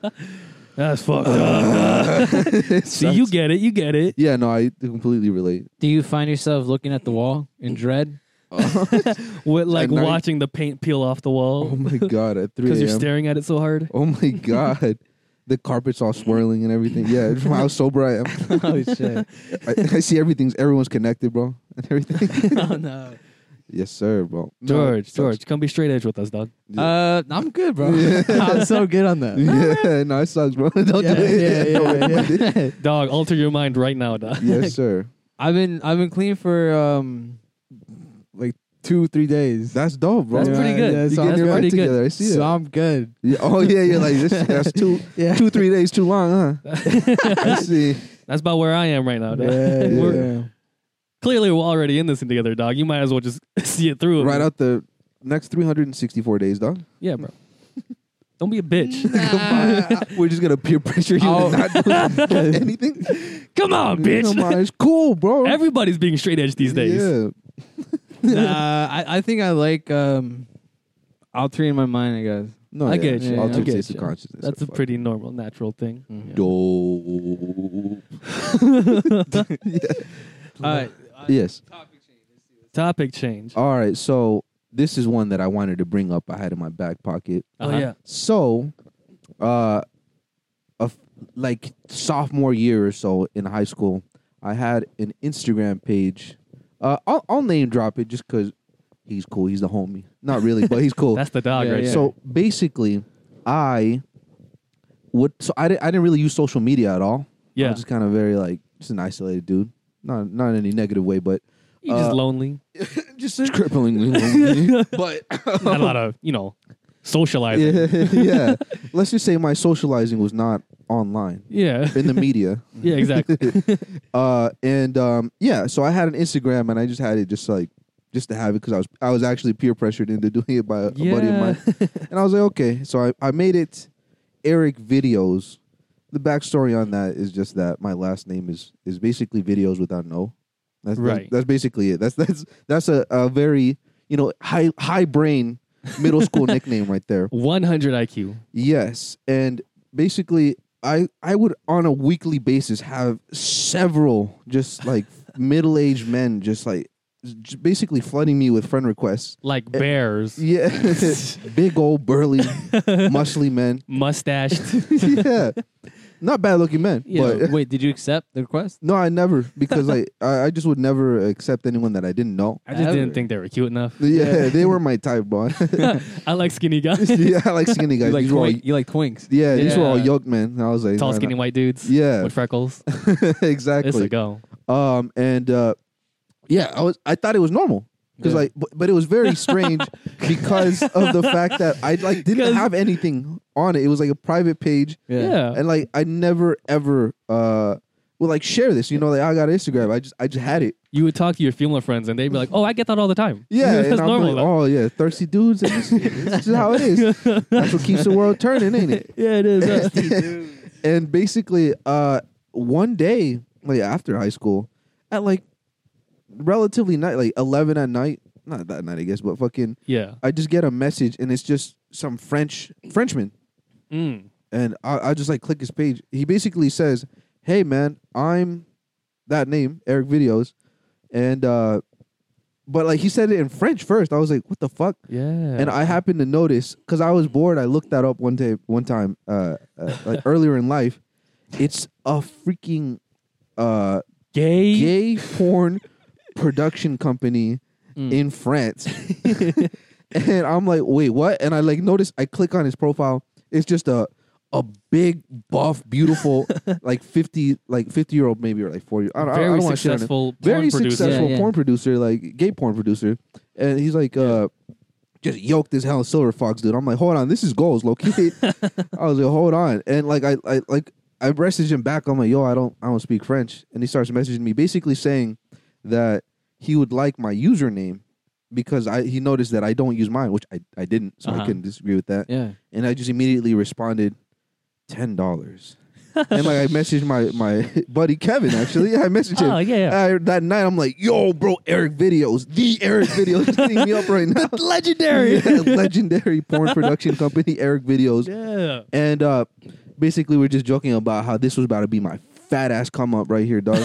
Speaker 2: that's fucked
Speaker 1: uh,
Speaker 2: up. See, you get it. You get it.
Speaker 1: Yeah, no, I completely relate.
Speaker 3: Do you find yourself looking at the wall in dread?
Speaker 2: With like
Speaker 1: At night-
Speaker 2: watching the paint peel off the
Speaker 1: Oh
Speaker 2: wall
Speaker 1: my god, at three
Speaker 2: because you're
Speaker 1: a.m.
Speaker 2: staring at it so hard.
Speaker 1: Oh my god, the carpet's all swirling and everything. Yeah, from how sober I am,
Speaker 3: oh shit.
Speaker 1: I, I see everything's everyone's connected, bro, and everything.
Speaker 3: oh no.
Speaker 1: yes, sir, bro. No, it
Speaker 2: George,
Speaker 1: sucks.
Speaker 2: George, come be straight edge with us, dog.
Speaker 3: Uh, I'm good, bro. I'm so good on that.
Speaker 1: Yeah, no, it sucks, bro. Don't
Speaker 3: Yeah,
Speaker 1: do
Speaker 3: yeah,
Speaker 1: it.
Speaker 3: yeah,
Speaker 1: Don't recommend it.
Speaker 3: yeah.
Speaker 2: Dog, alter your mind right now, dog.
Speaker 1: Yes, sir.
Speaker 3: I've been I've been clean for um like two three days.
Speaker 1: That's dope, bro.
Speaker 2: That's
Speaker 1: Yeah.
Speaker 2: pretty good.
Speaker 3: Yeah,
Speaker 1: You
Speaker 3: so
Speaker 1: getting
Speaker 3: I'm
Speaker 1: your
Speaker 3: good.
Speaker 1: life
Speaker 2: pretty good.
Speaker 1: together. I see
Speaker 3: So
Speaker 1: it.
Speaker 3: I'm good.
Speaker 1: Yeah, Oh yeah, you're like this. That's two,
Speaker 3: Yeah.
Speaker 1: two, three days too long, huh? I see.
Speaker 2: That's about where I am right now, dog. We're-
Speaker 3: yeah.
Speaker 2: Clearly, we're already in this thing together, dog. You might as well just see it through.
Speaker 1: Right
Speaker 2: man.
Speaker 1: out the next 364 days, dog.
Speaker 2: Yeah, bro. Don't be a bitch.
Speaker 1: We're just gonna peer pressure you
Speaker 3: Oh.
Speaker 1: and not do anything.
Speaker 2: Come on, bitch.
Speaker 1: Come on, it's cool, bro.
Speaker 2: Everybody's being straight edge these days.
Speaker 1: Yeah.
Speaker 3: Nah, I, I think I like um altering my mind, I guess.
Speaker 1: No,
Speaker 2: I
Speaker 1: yeah.
Speaker 2: get you.
Speaker 1: Altered
Speaker 2: I get
Speaker 1: states of
Speaker 2: you.
Speaker 1: consciousness.
Speaker 2: That's
Speaker 1: are
Speaker 2: a
Speaker 1: fun.
Speaker 2: pretty normal, natural thing.
Speaker 1: dope.
Speaker 3: All right.
Speaker 1: Yes.
Speaker 2: Topic change.
Speaker 1: All right. So this is one that I wanted to bring up. I had in my back pocket.
Speaker 2: Oh,
Speaker 3: Uh-huh.
Speaker 2: yeah.
Speaker 1: So, uh, a f- like sophomore year or so in high school, I had an Instagram page. Uh, I'll, I'll name drop it just because he's cool. He's the homie. Not really, but he's cool.
Speaker 2: That's the dog
Speaker 3: Yeah,
Speaker 2: right
Speaker 3: yeah.
Speaker 2: there.
Speaker 1: So basically, I would. So I didn't. I didn't really use social media at all. I
Speaker 2: yeah.
Speaker 1: was just kind of very like just an isolated dude. Not not in any negative way, but
Speaker 2: You're just
Speaker 1: uh,
Speaker 2: lonely.
Speaker 1: just cripplingly lonely. but
Speaker 2: Not a lot of, you know, socializing. Yeah.
Speaker 1: yeah, yeah. Let's just say my socializing was not online
Speaker 2: Yeah,
Speaker 1: in the media.
Speaker 2: exactly.
Speaker 1: uh, and um, yeah, so I had an Instagram and I just had it just like just to have it because I was I was actually peer pressured into doing it by a, a buddy of
Speaker 2: Yeah.
Speaker 1: mine. And I was like, okay. So I, I made it Eric Videos. The backstory on that is just that my last name is is basically videos without no. That's that's-
Speaker 2: Right.
Speaker 1: That's, basically it. That's that's that's a, a very, you know, high high brain middle school nickname right there.
Speaker 2: 100 IQ.
Speaker 1: Yes, and basically, I I would on a weekly basis have several just like middle aged men just like j- basically flooding me with friend requests.
Speaker 2: Like bears.
Speaker 1: Yeah, big old burly, muscly men.
Speaker 2: Mustached.
Speaker 1: yeah, not bad looking men,
Speaker 2: Yeah.
Speaker 1: but.
Speaker 3: Wait, did you accept the request?
Speaker 1: No, I never because like I, I just would never accept anyone that I didn't know.
Speaker 2: I just
Speaker 3: Ever.
Speaker 2: didn't think they were cute enough.
Speaker 1: Yeah, they were my type, bro.
Speaker 2: I like skinny guys.
Speaker 1: yeah, I like skinny guys.
Speaker 3: you like
Speaker 1: these were all,
Speaker 3: twink, you like twinks.
Speaker 1: yeah, these were all
Speaker 2: Yeah.
Speaker 1: yoked men. And I was like,
Speaker 2: Tall,
Speaker 1: nah,
Speaker 2: skinny
Speaker 1: nah.
Speaker 2: white dudes
Speaker 1: Yeah,
Speaker 2: with freckles.
Speaker 1: exactly.
Speaker 2: It's a go.
Speaker 1: um and uh yeah i was i thought it was normal because
Speaker 3: Yeah.
Speaker 1: like but, but it was very strange because of the fact that i like didn't
Speaker 2: 'Cause-
Speaker 1: have anything on it it was like a private page
Speaker 2: Yeah.
Speaker 1: and like i never ever uh would like share this you know like i got instagram i just i just had it
Speaker 2: You would talk to your female friends and they'd be like, oh, I get that all the time.
Speaker 1: yeah
Speaker 2: That's
Speaker 1: and i'm
Speaker 2: normal.
Speaker 1: like oh yeah thirsty dudes and this, this is how it is that's what keeps the world turning ain't it
Speaker 2: yeah, it is.
Speaker 1: and basically uh one day like after high school at like relatively night, like eleven at night. Not that night, I guess, but fucking,
Speaker 2: Yeah.
Speaker 1: I just get a message and it's just some French Frenchman,
Speaker 2: Mm.
Speaker 1: and I, I just like click his page. He basically says, "Hey man, I'm that name Eric Videos," and uh but like he said it in French first. I was like, "What the fuck."
Speaker 2: Yeah.
Speaker 1: and I happened to notice because I was bored. I looked that up one day, one time, uh, uh, like earlier in life. It's a freaking uh,
Speaker 2: gay.
Speaker 1: gay porn production company
Speaker 2: Mm.
Speaker 1: in France, and I'm like, wait, what? And I like notice. I click on his profile. It's just a a big, buff, beautiful, like fifty, like fifty year old maybe or like forty. I don't, I
Speaker 2: very
Speaker 1: don't want to shit on him
Speaker 2: successful.
Speaker 1: very
Speaker 2: porn producer.
Speaker 1: successful
Speaker 3: Yeah, yeah.
Speaker 1: porn producer, like gay porn producer, and he's like, uh, just yoked as hell, Silver Fox, dude. I'm like, hold on, this is goals, low key. I was like, hold on, and like I, I like I messaged him back. I'm like, yo, I don't, I don't speak French, and he starts messaging me, basically saying that he would like my username because I he noticed that I don't use mine, which I I didn't, so I
Speaker 2: Uh-huh.
Speaker 1: couldn't disagree with that,
Speaker 3: Yeah.
Speaker 1: and I just immediately responded, ten dollars. and like I messaged my my buddy Kevin actually. I messaged him.
Speaker 2: Oh yeah. yeah.
Speaker 1: Uh, that night, I'm like, yo, bro, Eric Videos, the Eric Videos, is hitting me up right now.
Speaker 2: legendary.
Speaker 1: Yeah, legendary porn production company, Eric Videos.
Speaker 2: yeah.
Speaker 1: And uh, basically, we're just joking about how this was about to be my fat ass come up right here, dog.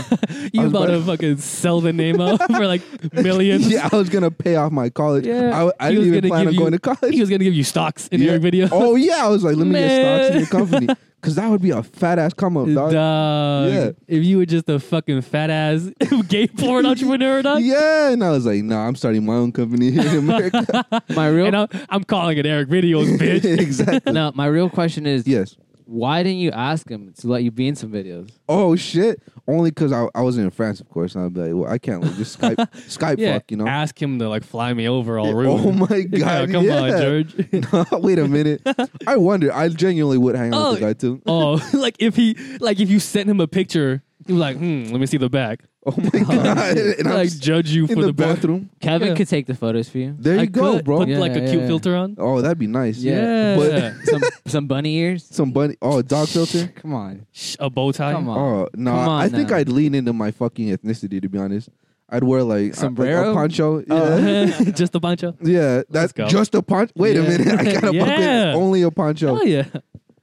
Speaker 2: You
Speaker 1: was
Speaker 2: about
Speaker 1: about-
Speaker 2: to fucking sell the name out for like millions.
Speaker 1: yeah, I was gonna pay off my college.
Speaker 2: Yeah.
Speaker 1: I, I
Speaker 2: He
Speaker 1: didn't
Speaker 2: was
Speaker 1: even
Speaker 2: gonna
Speaker 1: plan
Speaker 2: give
Speaker 1: on
Speaker 2: you-
Speaker 1: going to college.
Speaker 2: He was gonna give you stocks in
Speaker 1: Yeah.
Speaker 2: your video.
Speaker 1: Oh yeah, I was like, let me get stocks in
Speaker 2: Man.
Speaker 1: your company, cause that would be a fat ass come up, Oh, dog.
Speaker 2: Dog.
Speaker 1: Yeah.
Speaker 2: If you were just a fucking fat ass gay porn entrepreneur, dog.
Speaker 1: Yeah, and I was like, nah, I'm starting my own company here in America.
Speaker 3: My real
Speaker 2: And I'm, I'm calling it Eric Videos, bitch.
Speaker 1: exactly.
Speaker 3: no, my real question is
Speaker 1: Yes.
Speaker 3: why didn't you ask him to let you be in some videos?
Speaker 1: Oh shit! Only because I, I was in France, of course. And I'd be like, well, I can't like, just Skype Skype
Speaker 2: yeah.
Speaker 1: fuck, you know?
Speaker 2: Ask him to like fly me over all rude.
Speaker 1: oh my
Speaker 2: Yeah,
Speaker 1: god!
Speaker 2: come on,
Speaker 1: yeah.
Speaker 2: George.
Speaker 1: No, wait a minute. I wonder. I genuinely would hang out with the
Speaker 2: Oh.
Speaker 1: guy too.
Speaker 2: oh, like if he, like if you sent him a picture, he was like, hmm, let me see the back.
Speaker 1: Oh my god! and I'm
Speaker 2: like
Speaker 1: s-
Speaker 2: judge you
Speaker 1: in
Speaker 2: for
Speaker 1: the,
Speaker 2: the, back.
Speaker 1: bathroom.
Speaker 3: Kevin
Speaker 2: Yeah.
Speaker 3: could take the photos for you.
Speaker 1: There you
Speaker 2: I
Speaker 1: go,
Speaker 2: could
Speaker 1: bro.
Speaker 2: Put
Speaker 3: Yeah,
Speaker 2: like a
Speaker 3: yeah,
Speaker 2: cute
Speaker 3: yeah.
Speaker 2: filter on.
Speaker 1: Oh, that'd be nice.
Speaker 2: Yeah.
Speaker 1: But
Speaker 3: some some bunny ears.
Speaker 1: some bunny. Oh, a dog filter.
Speaker 3: Come on.
Speaker 2: Shh, A bow tie.
Speaker 3: Come on.
Speaker 1: Oh no!
Speaker 3: Come on
Speaker 1: I think
Speaker 3: now.
Speaker 1: I'd lean into my fucking ethnicity to be honest. I'd wear like a- like a
Speaker 3: Sombrero?
Speaker 1: poncho. Yeah.
Speaker 2: Oh, just a poncho.
Speaker 1: Yeah, that's
Speaker 2: go.
Speaker 1: just a poncho. Wait a
Speaker 3: Yeah.
Speaker 1: minute, I got a
Speaker 2: Yeah.
Speaker 1: fucking only a poncho,
Speaker 2: Oh yeah.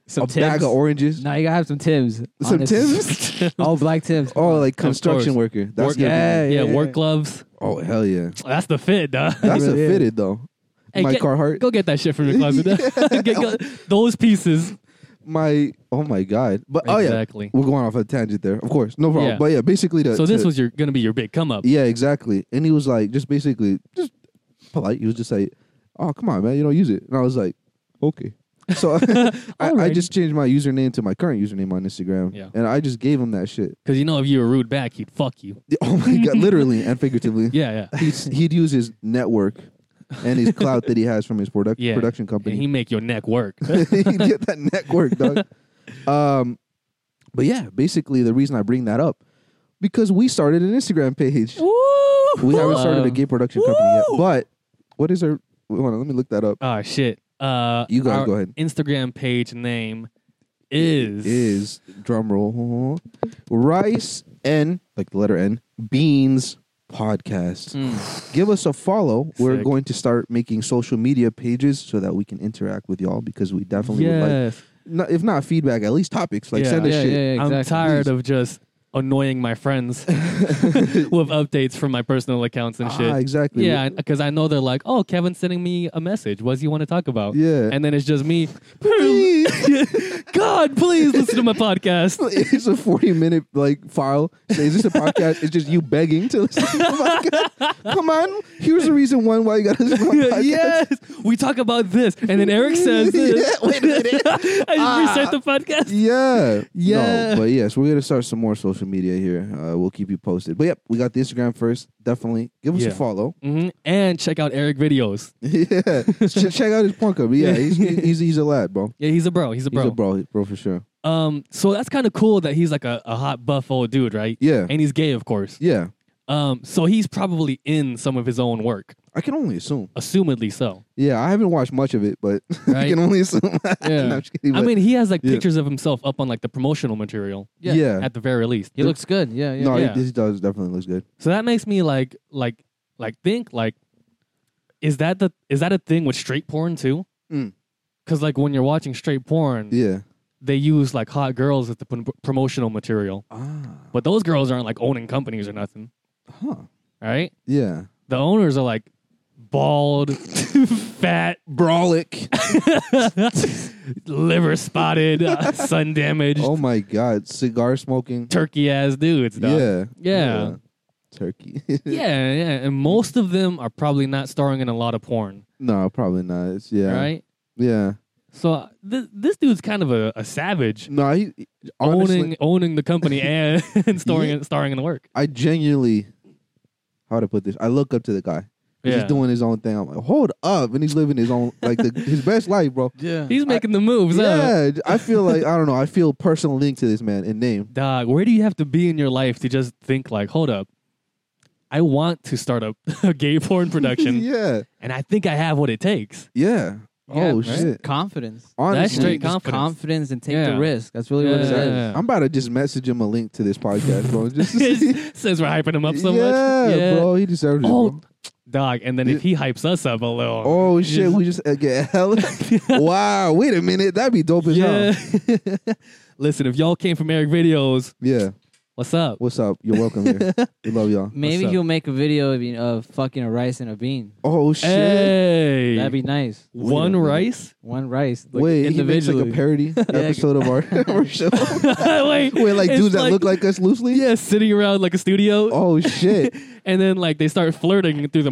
Speaker 3: Some
Speaker 1: a bag of oranges,
Speaker 3: No, you gotta have some Tims.
Speaker 1: some
Speaker 3: honestly.
Speaker 1: Tim's.
Speaker 3: All black Tims.
Speaker 1: Oh, like
Speaker 2: course.
Speaker 1: construction worker. That's
Speaker 2: Work-
Speaker 1: gonna be-
Speaker 3: yeah,
Speaker 2: yeah,
Speaker 3: yeah.
Speaker 2: work gloves.
Speaker 1: Oh hell yeah.
Speaker 2: That's the fit, dog.
Speaker 1: That's a
Speaker 3: Yeah.
Speaker 1: fitted though.
Speaker 2: Hey,
Speaker 1: my
Speaker 2: get-
Speaker 1: Carhartt.
Speaker 2: Go get that shit from your closet. Get- go- those pieces.
Speaker 1: My oh my god. But oh yeah,
Speaker 2: Exactly.
Speaker 1: we're going off a tangent there. Of course, no problem.
Speaker 2: Yeah.
Speaker 1: But yeah, basically the
Speaker 2: So this
Speaker 1: to-
Speaker 2: was your gonna be your big come up.
Speaker 1: yeah exactly. And he was like just basically just polite. He was just like, oh come on man, you don't use it. And I was like, okay. So I, I
Speaker 2: Alrighty.
Speaker 1: just changed my username to my current username on Instagram.
Speaker 2: Yeah.
Speaker 1: And I just gave him that shit.
Speaker 2: Because you know if you were rude back, he'd fuck you.
Speaker 1: Oh my god, literally and figuratively.
Speaker 2: Yeah, yeah.
Speaker 1: He's, he'd use his network and his clout that he has from his product
Speaker 2: Yeah.
Speaker 1: production company.
Speaker 2: And he make your neck work.
Speaker 1: you get that network, dog. Um, but yeah, basically the reason I bring that up because we started an Instagram page.
Speaker 2: Woo!
Speaker 1: We haven't started a gay production company yet,
Speaker 2: Woo!
Speaker 1: but what is our? wait, Hold on, let me look that up.
Speaker 2: Oh shit. Uh,
Speaker 1: You guys
Speaker 2: our
Speaker 1: go ahead.
Speaker 2: Instagram page name is
Speaker 1: Is drum roll rice n like the letter n beans podcast.
Speaker 3: Hmm.
Speaker 2: Mm.
Speaker 1: Give us a follow. We're
Speaker 2: Sick.
Speaker 1: going to start making social media pages so that we can interact with y'all because we definitely would like,
Speaker 2: yes.
Speaker 1: no, if not feedback, at least topics. Like
Speaker 2: Yeah.
Speaker 1: send us
Speaker 3: Yeah,
Speaker 1: shit.
Speaker 3: yeah, yeah, exactly.
Speaker 2: I'm tired
Speaker 1: Please.
Speaker 2: of just annoying my friends with updates from my personal accounts and shit.
Speaker 1: Ah, exactly.
Speaker 2: Yeah, because I know they're like, oh, Kevin's sending me a message. What do you want to talk about?
Speaker 1: Yeah.
Speaker 2: And then it's just me,
Speaker 1: Please.
Speaker 2: God, please listen to my podcast.
Speaker 1: it's a 40 minute like file. Say, is this a podcast? it's just you begging to listen to the podcast. Come on. Here's the reason one why you gotta listen to my podcast.
Speaker 2: yes, we talk about this. And then Eric says this.
Speaker 1: Yeah, wait a minute.
Speaker 2: I just reset the podcast.
Speaker 1: Yeah.
Speaker 2: Yeah.
Speaker 1: No, but yes, we're gonna start some more social media here. Uh, we'll keep you posted. But yep, we got the Instagram first. Definitely give us
Speaker 2: Yeah.
Speaker 1: a follow.
Speaker 2: hmm And check out Eric videos.
Speaker 1: yeah. Ch- check out his punk up. Yeah, he's, he's he's a lad, bro.
Speaker 2: Yeah, he's a bro. He's a
Speaker 1: He's
Speaker 2: bro.
Speaker 1: a bro, bro for sure.
Speaker 2: Um, so that's kind of cool that he's like a, a hot buff old dude, right?
Speaker 1: Yeah.
Speaker 2: And he's gay, of course.
Speaker 1: Yeah.
Speaker 2: Um, so he's probably in some of his own work.
Speaker 1: I can only assume.
Speaker 2: assumedly so.
Speaker 1: Yeah, I haven't watched much of it, but I
Speaker 2: Right.
Speaker 1: can only assume.
Speaker 2: Yeah.
Speaker 1: No, I'm just kidding,
Speaker 2: I
Speaker 1: but-
Speaker 2: mean, he has like
Speaker 1: yeah.
Speaker 2: pictures of himself up on like the promotional material
Speaker 1: yeah,
Speaker 2: at the very least.
Speaker 3: He looks good. Yeah, yeah.
Speaker 1: no,
Speaker 2: yeah.
Speaker 1: He, he does definitely looks good.
Speaker 2: So that makes me like like like think like is that the is that a thing with straight porn too?
Speaker 1: Mm.
Speaker 2: Cuz like when you're watching straight porn,
Speaker 1: Yeah.
Speaker 2: they use like hot girls as the prom- promotional material.
Speaker 1: Ah.
Speaker 2: But those girls aren't like owning companies or nothing,
Speaker 1: Huh.
Speaker 2: right?
Speaker 1: Yeah.
Speaker 2: The owners are like bald, fat,
Speaker 1: Brawlic.
Speaker 2: liver spotted, uh, sun damaged,
Speaker 1: oh my God! Cigar smoking.
Speaker 2: turkey ass dudes. dog.
Speaker 1: Yeah.
Speaker 2: Yeah.
Speaker 1: Turkey.
Speaker 2: yeah, yeah, and most of them are probably not starring in a lot of porn,
Speaker 1: no, probably not. It's, yeah.
Speaker 2: right?
Speaker 1: Yeah.
Speaker 2: So th- this dude's kind of a, a savage,
Speaker 1: No, he, honestly,
Speaker 2: owning owning the company and, and starring in starring in the work.
Speaker 1: I genuinely, how to put this? I look up to the guy. He's
Speaker 2: Yeah.
Speaker 1: doing his own thing. I'm like, hold up, and he's living his own like the, his best life, bro.
Speaker 3: yeah.
Speaker 2: He's making the moves. huh?
Speaker 1: Yeah, I feel like I don't know. I feel personal link to this man in name.
Speaker 2: Dog, where do you have to be in your life to just think like, hold up, I want to start a, a gay porn production,
Speaker 1: yeah,
Speaker 2: and I think I have what it takes.
Speaker 1: yeah. oh
Speaker 3: Yeah,
Speaker 1: shit!
Speaker 3: Confidence.
Speaker 1: Honestly,
Speaker 2: That's straight
Speaker 3: Just
Speaker 2: confidence.
Speaker 3: confidence and take
Speaker 2: Yeah.
Speaker 3: the risk. That's really what it
Speaker 2: Yeah.
Speaker 3: is.
Speaker 1: I'm about to just message him a link to this podcast, bro. Just to see.
Speaker 2: Since we're hyping him up so
Speaker 1: yeah,
Speaker 2: much,
Speaker 1: bro. He deserves
Speaker 2: Oh,
Speaker 1: it. Bro.
Speaker 2: dog. And then if he hypes us up a little,
Speaker 1: Oh shit! We just uh, get hella. wow! Wait a minute. That'd be dope as
Speaker 2: yeah.
Speaker 1: hell.
Speaker 2: Listen, if y'all came from Eric Videos,
Speaker 1: Yeah.
Speaker 2: what's up?
Speaker 1: What's up? You're welcome here. we love y'all.
Speaker 3: Maybe
Speaker 2: up?
Speaker 3: he'll make a video of, you know, of fucking a rice and a bean.
Speaker 2: Eh,
Speaker 1: Oh shit!
Speaker 2: Hey,
Speaker 3: That'd be nice.
Speaker 2: one
Speaker 1: Wait a minute.
Speaker 2: rice.
Speaker 3: One rice. like,
Speaker 1: Wait, he makes like
Speaker 3: individually.
Speaker 1: a parody episode of our, of our show.
Speaker 2: Wait,
Speaker 1: Wait, like
Speaker 2: it's
Speaker 1: dudes that look like us loosely.
Speaker 2: yeah, sitting around like a studio.
Speaker 1: Oh shit!
Speaker 2: and then like they start flirting through the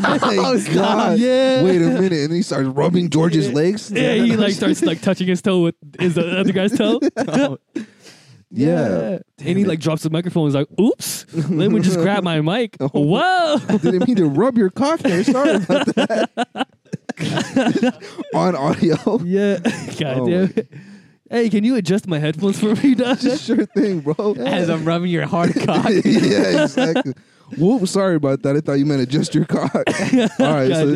Speaker 1: oh my god!
Speaker 2: Yeah.
Speaker 1: Wait a minute, and he starts rubbing George's legs.
Speaker 2: yeah, he like starts like touching his toe with is the other guy's toe.
Speaker 1: Yeah.
Speaker 2: and he like drops the microphone. He's like, "Oops, let me just grab my mic."
Speaker 1: Oh.
Speaker 2: Whoa,
Speaker 1: Didn't mean to rub your cock there. Sorry about that. On audio.
Speaker 2: yeah, god
Speaker 1: Oh,
Speaker 2: damn it. Hey, can you adjust my headphones for me, Doc?
Speaker 1: Sure thing, bro.
Speaker 3: As I'm rubbing your hard cock.
Speaker 1: yeah, exactly. Whoop, sorry about that. I thought you meant adjust your cock. All right,
Speaker 2: God
Speaker 1: so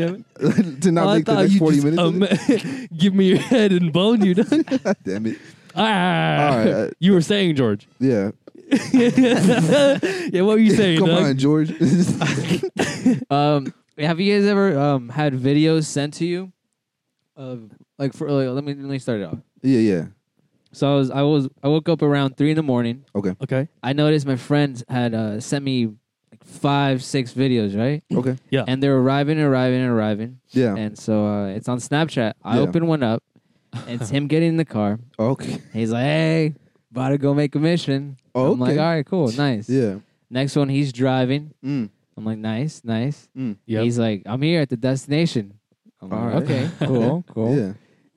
Speaker 2: damn
Speaker 1: to not
Speaker 2: Oh, I
Speaker 1: make the
Speaker 2: thought
Speaker 1: next
Speaker 2: you
Speaker 1: 40
Speaker 2: just,
Speaker 1: minutes. of it?
Speaker 2: um, give me your head and bone you. Doc.
Speaker 1: God damn it.
Speaker 2: ah,
Speaker 1: All right.
Speaker 2: You were saying, George.
Speaker 1: Yeah.
Speaker 2: yeah, what were you saying,
Speaker 1: Come
Speaker 2: Doc?
Speaker 1: on, George.
Speaker 3: Um, have you guys ever um had videos sent to you? Of like for like, let me let me start it off.
Speaker 1: yeah, yeah.
Speaker 3: So I was I was I woke up around three in the morning.
Speaker 2: Okay.
Speaker 3: I noticed my friends had uh, sent me like five six videos right,
Speaker 1: Okay.
Speaker 2: Yeah.
Speaker 3: and they're arriving arriving arriving.
Speaker 1: Yeah.
Speaker 3: And so uh, it's on Snapchat. I
Speaker 1: Yeah.
Speaker 3: open one up. It's him getting in the car.
Speaker 1: Okay.
Speaker 3: He's like, "Hey, about to go make a mission." I'm like,
Speaker 1: Okay.
Speaker 3: "All right, cool, nice."
Speaker 1: Yeah.
Speaker 3: Next one, he's driving.
Speaker 1: Mm.
Speaker 3: I'm like, "Nice, nice."
Speaker 1: Mm.
Speaker 2: Yep.
Speaker 3: He's like, I'm here at the destination. I'm like,
Speaker 1: All right.
Speaker 3: Okay, cool, cool.
Speaker 1: Yeah.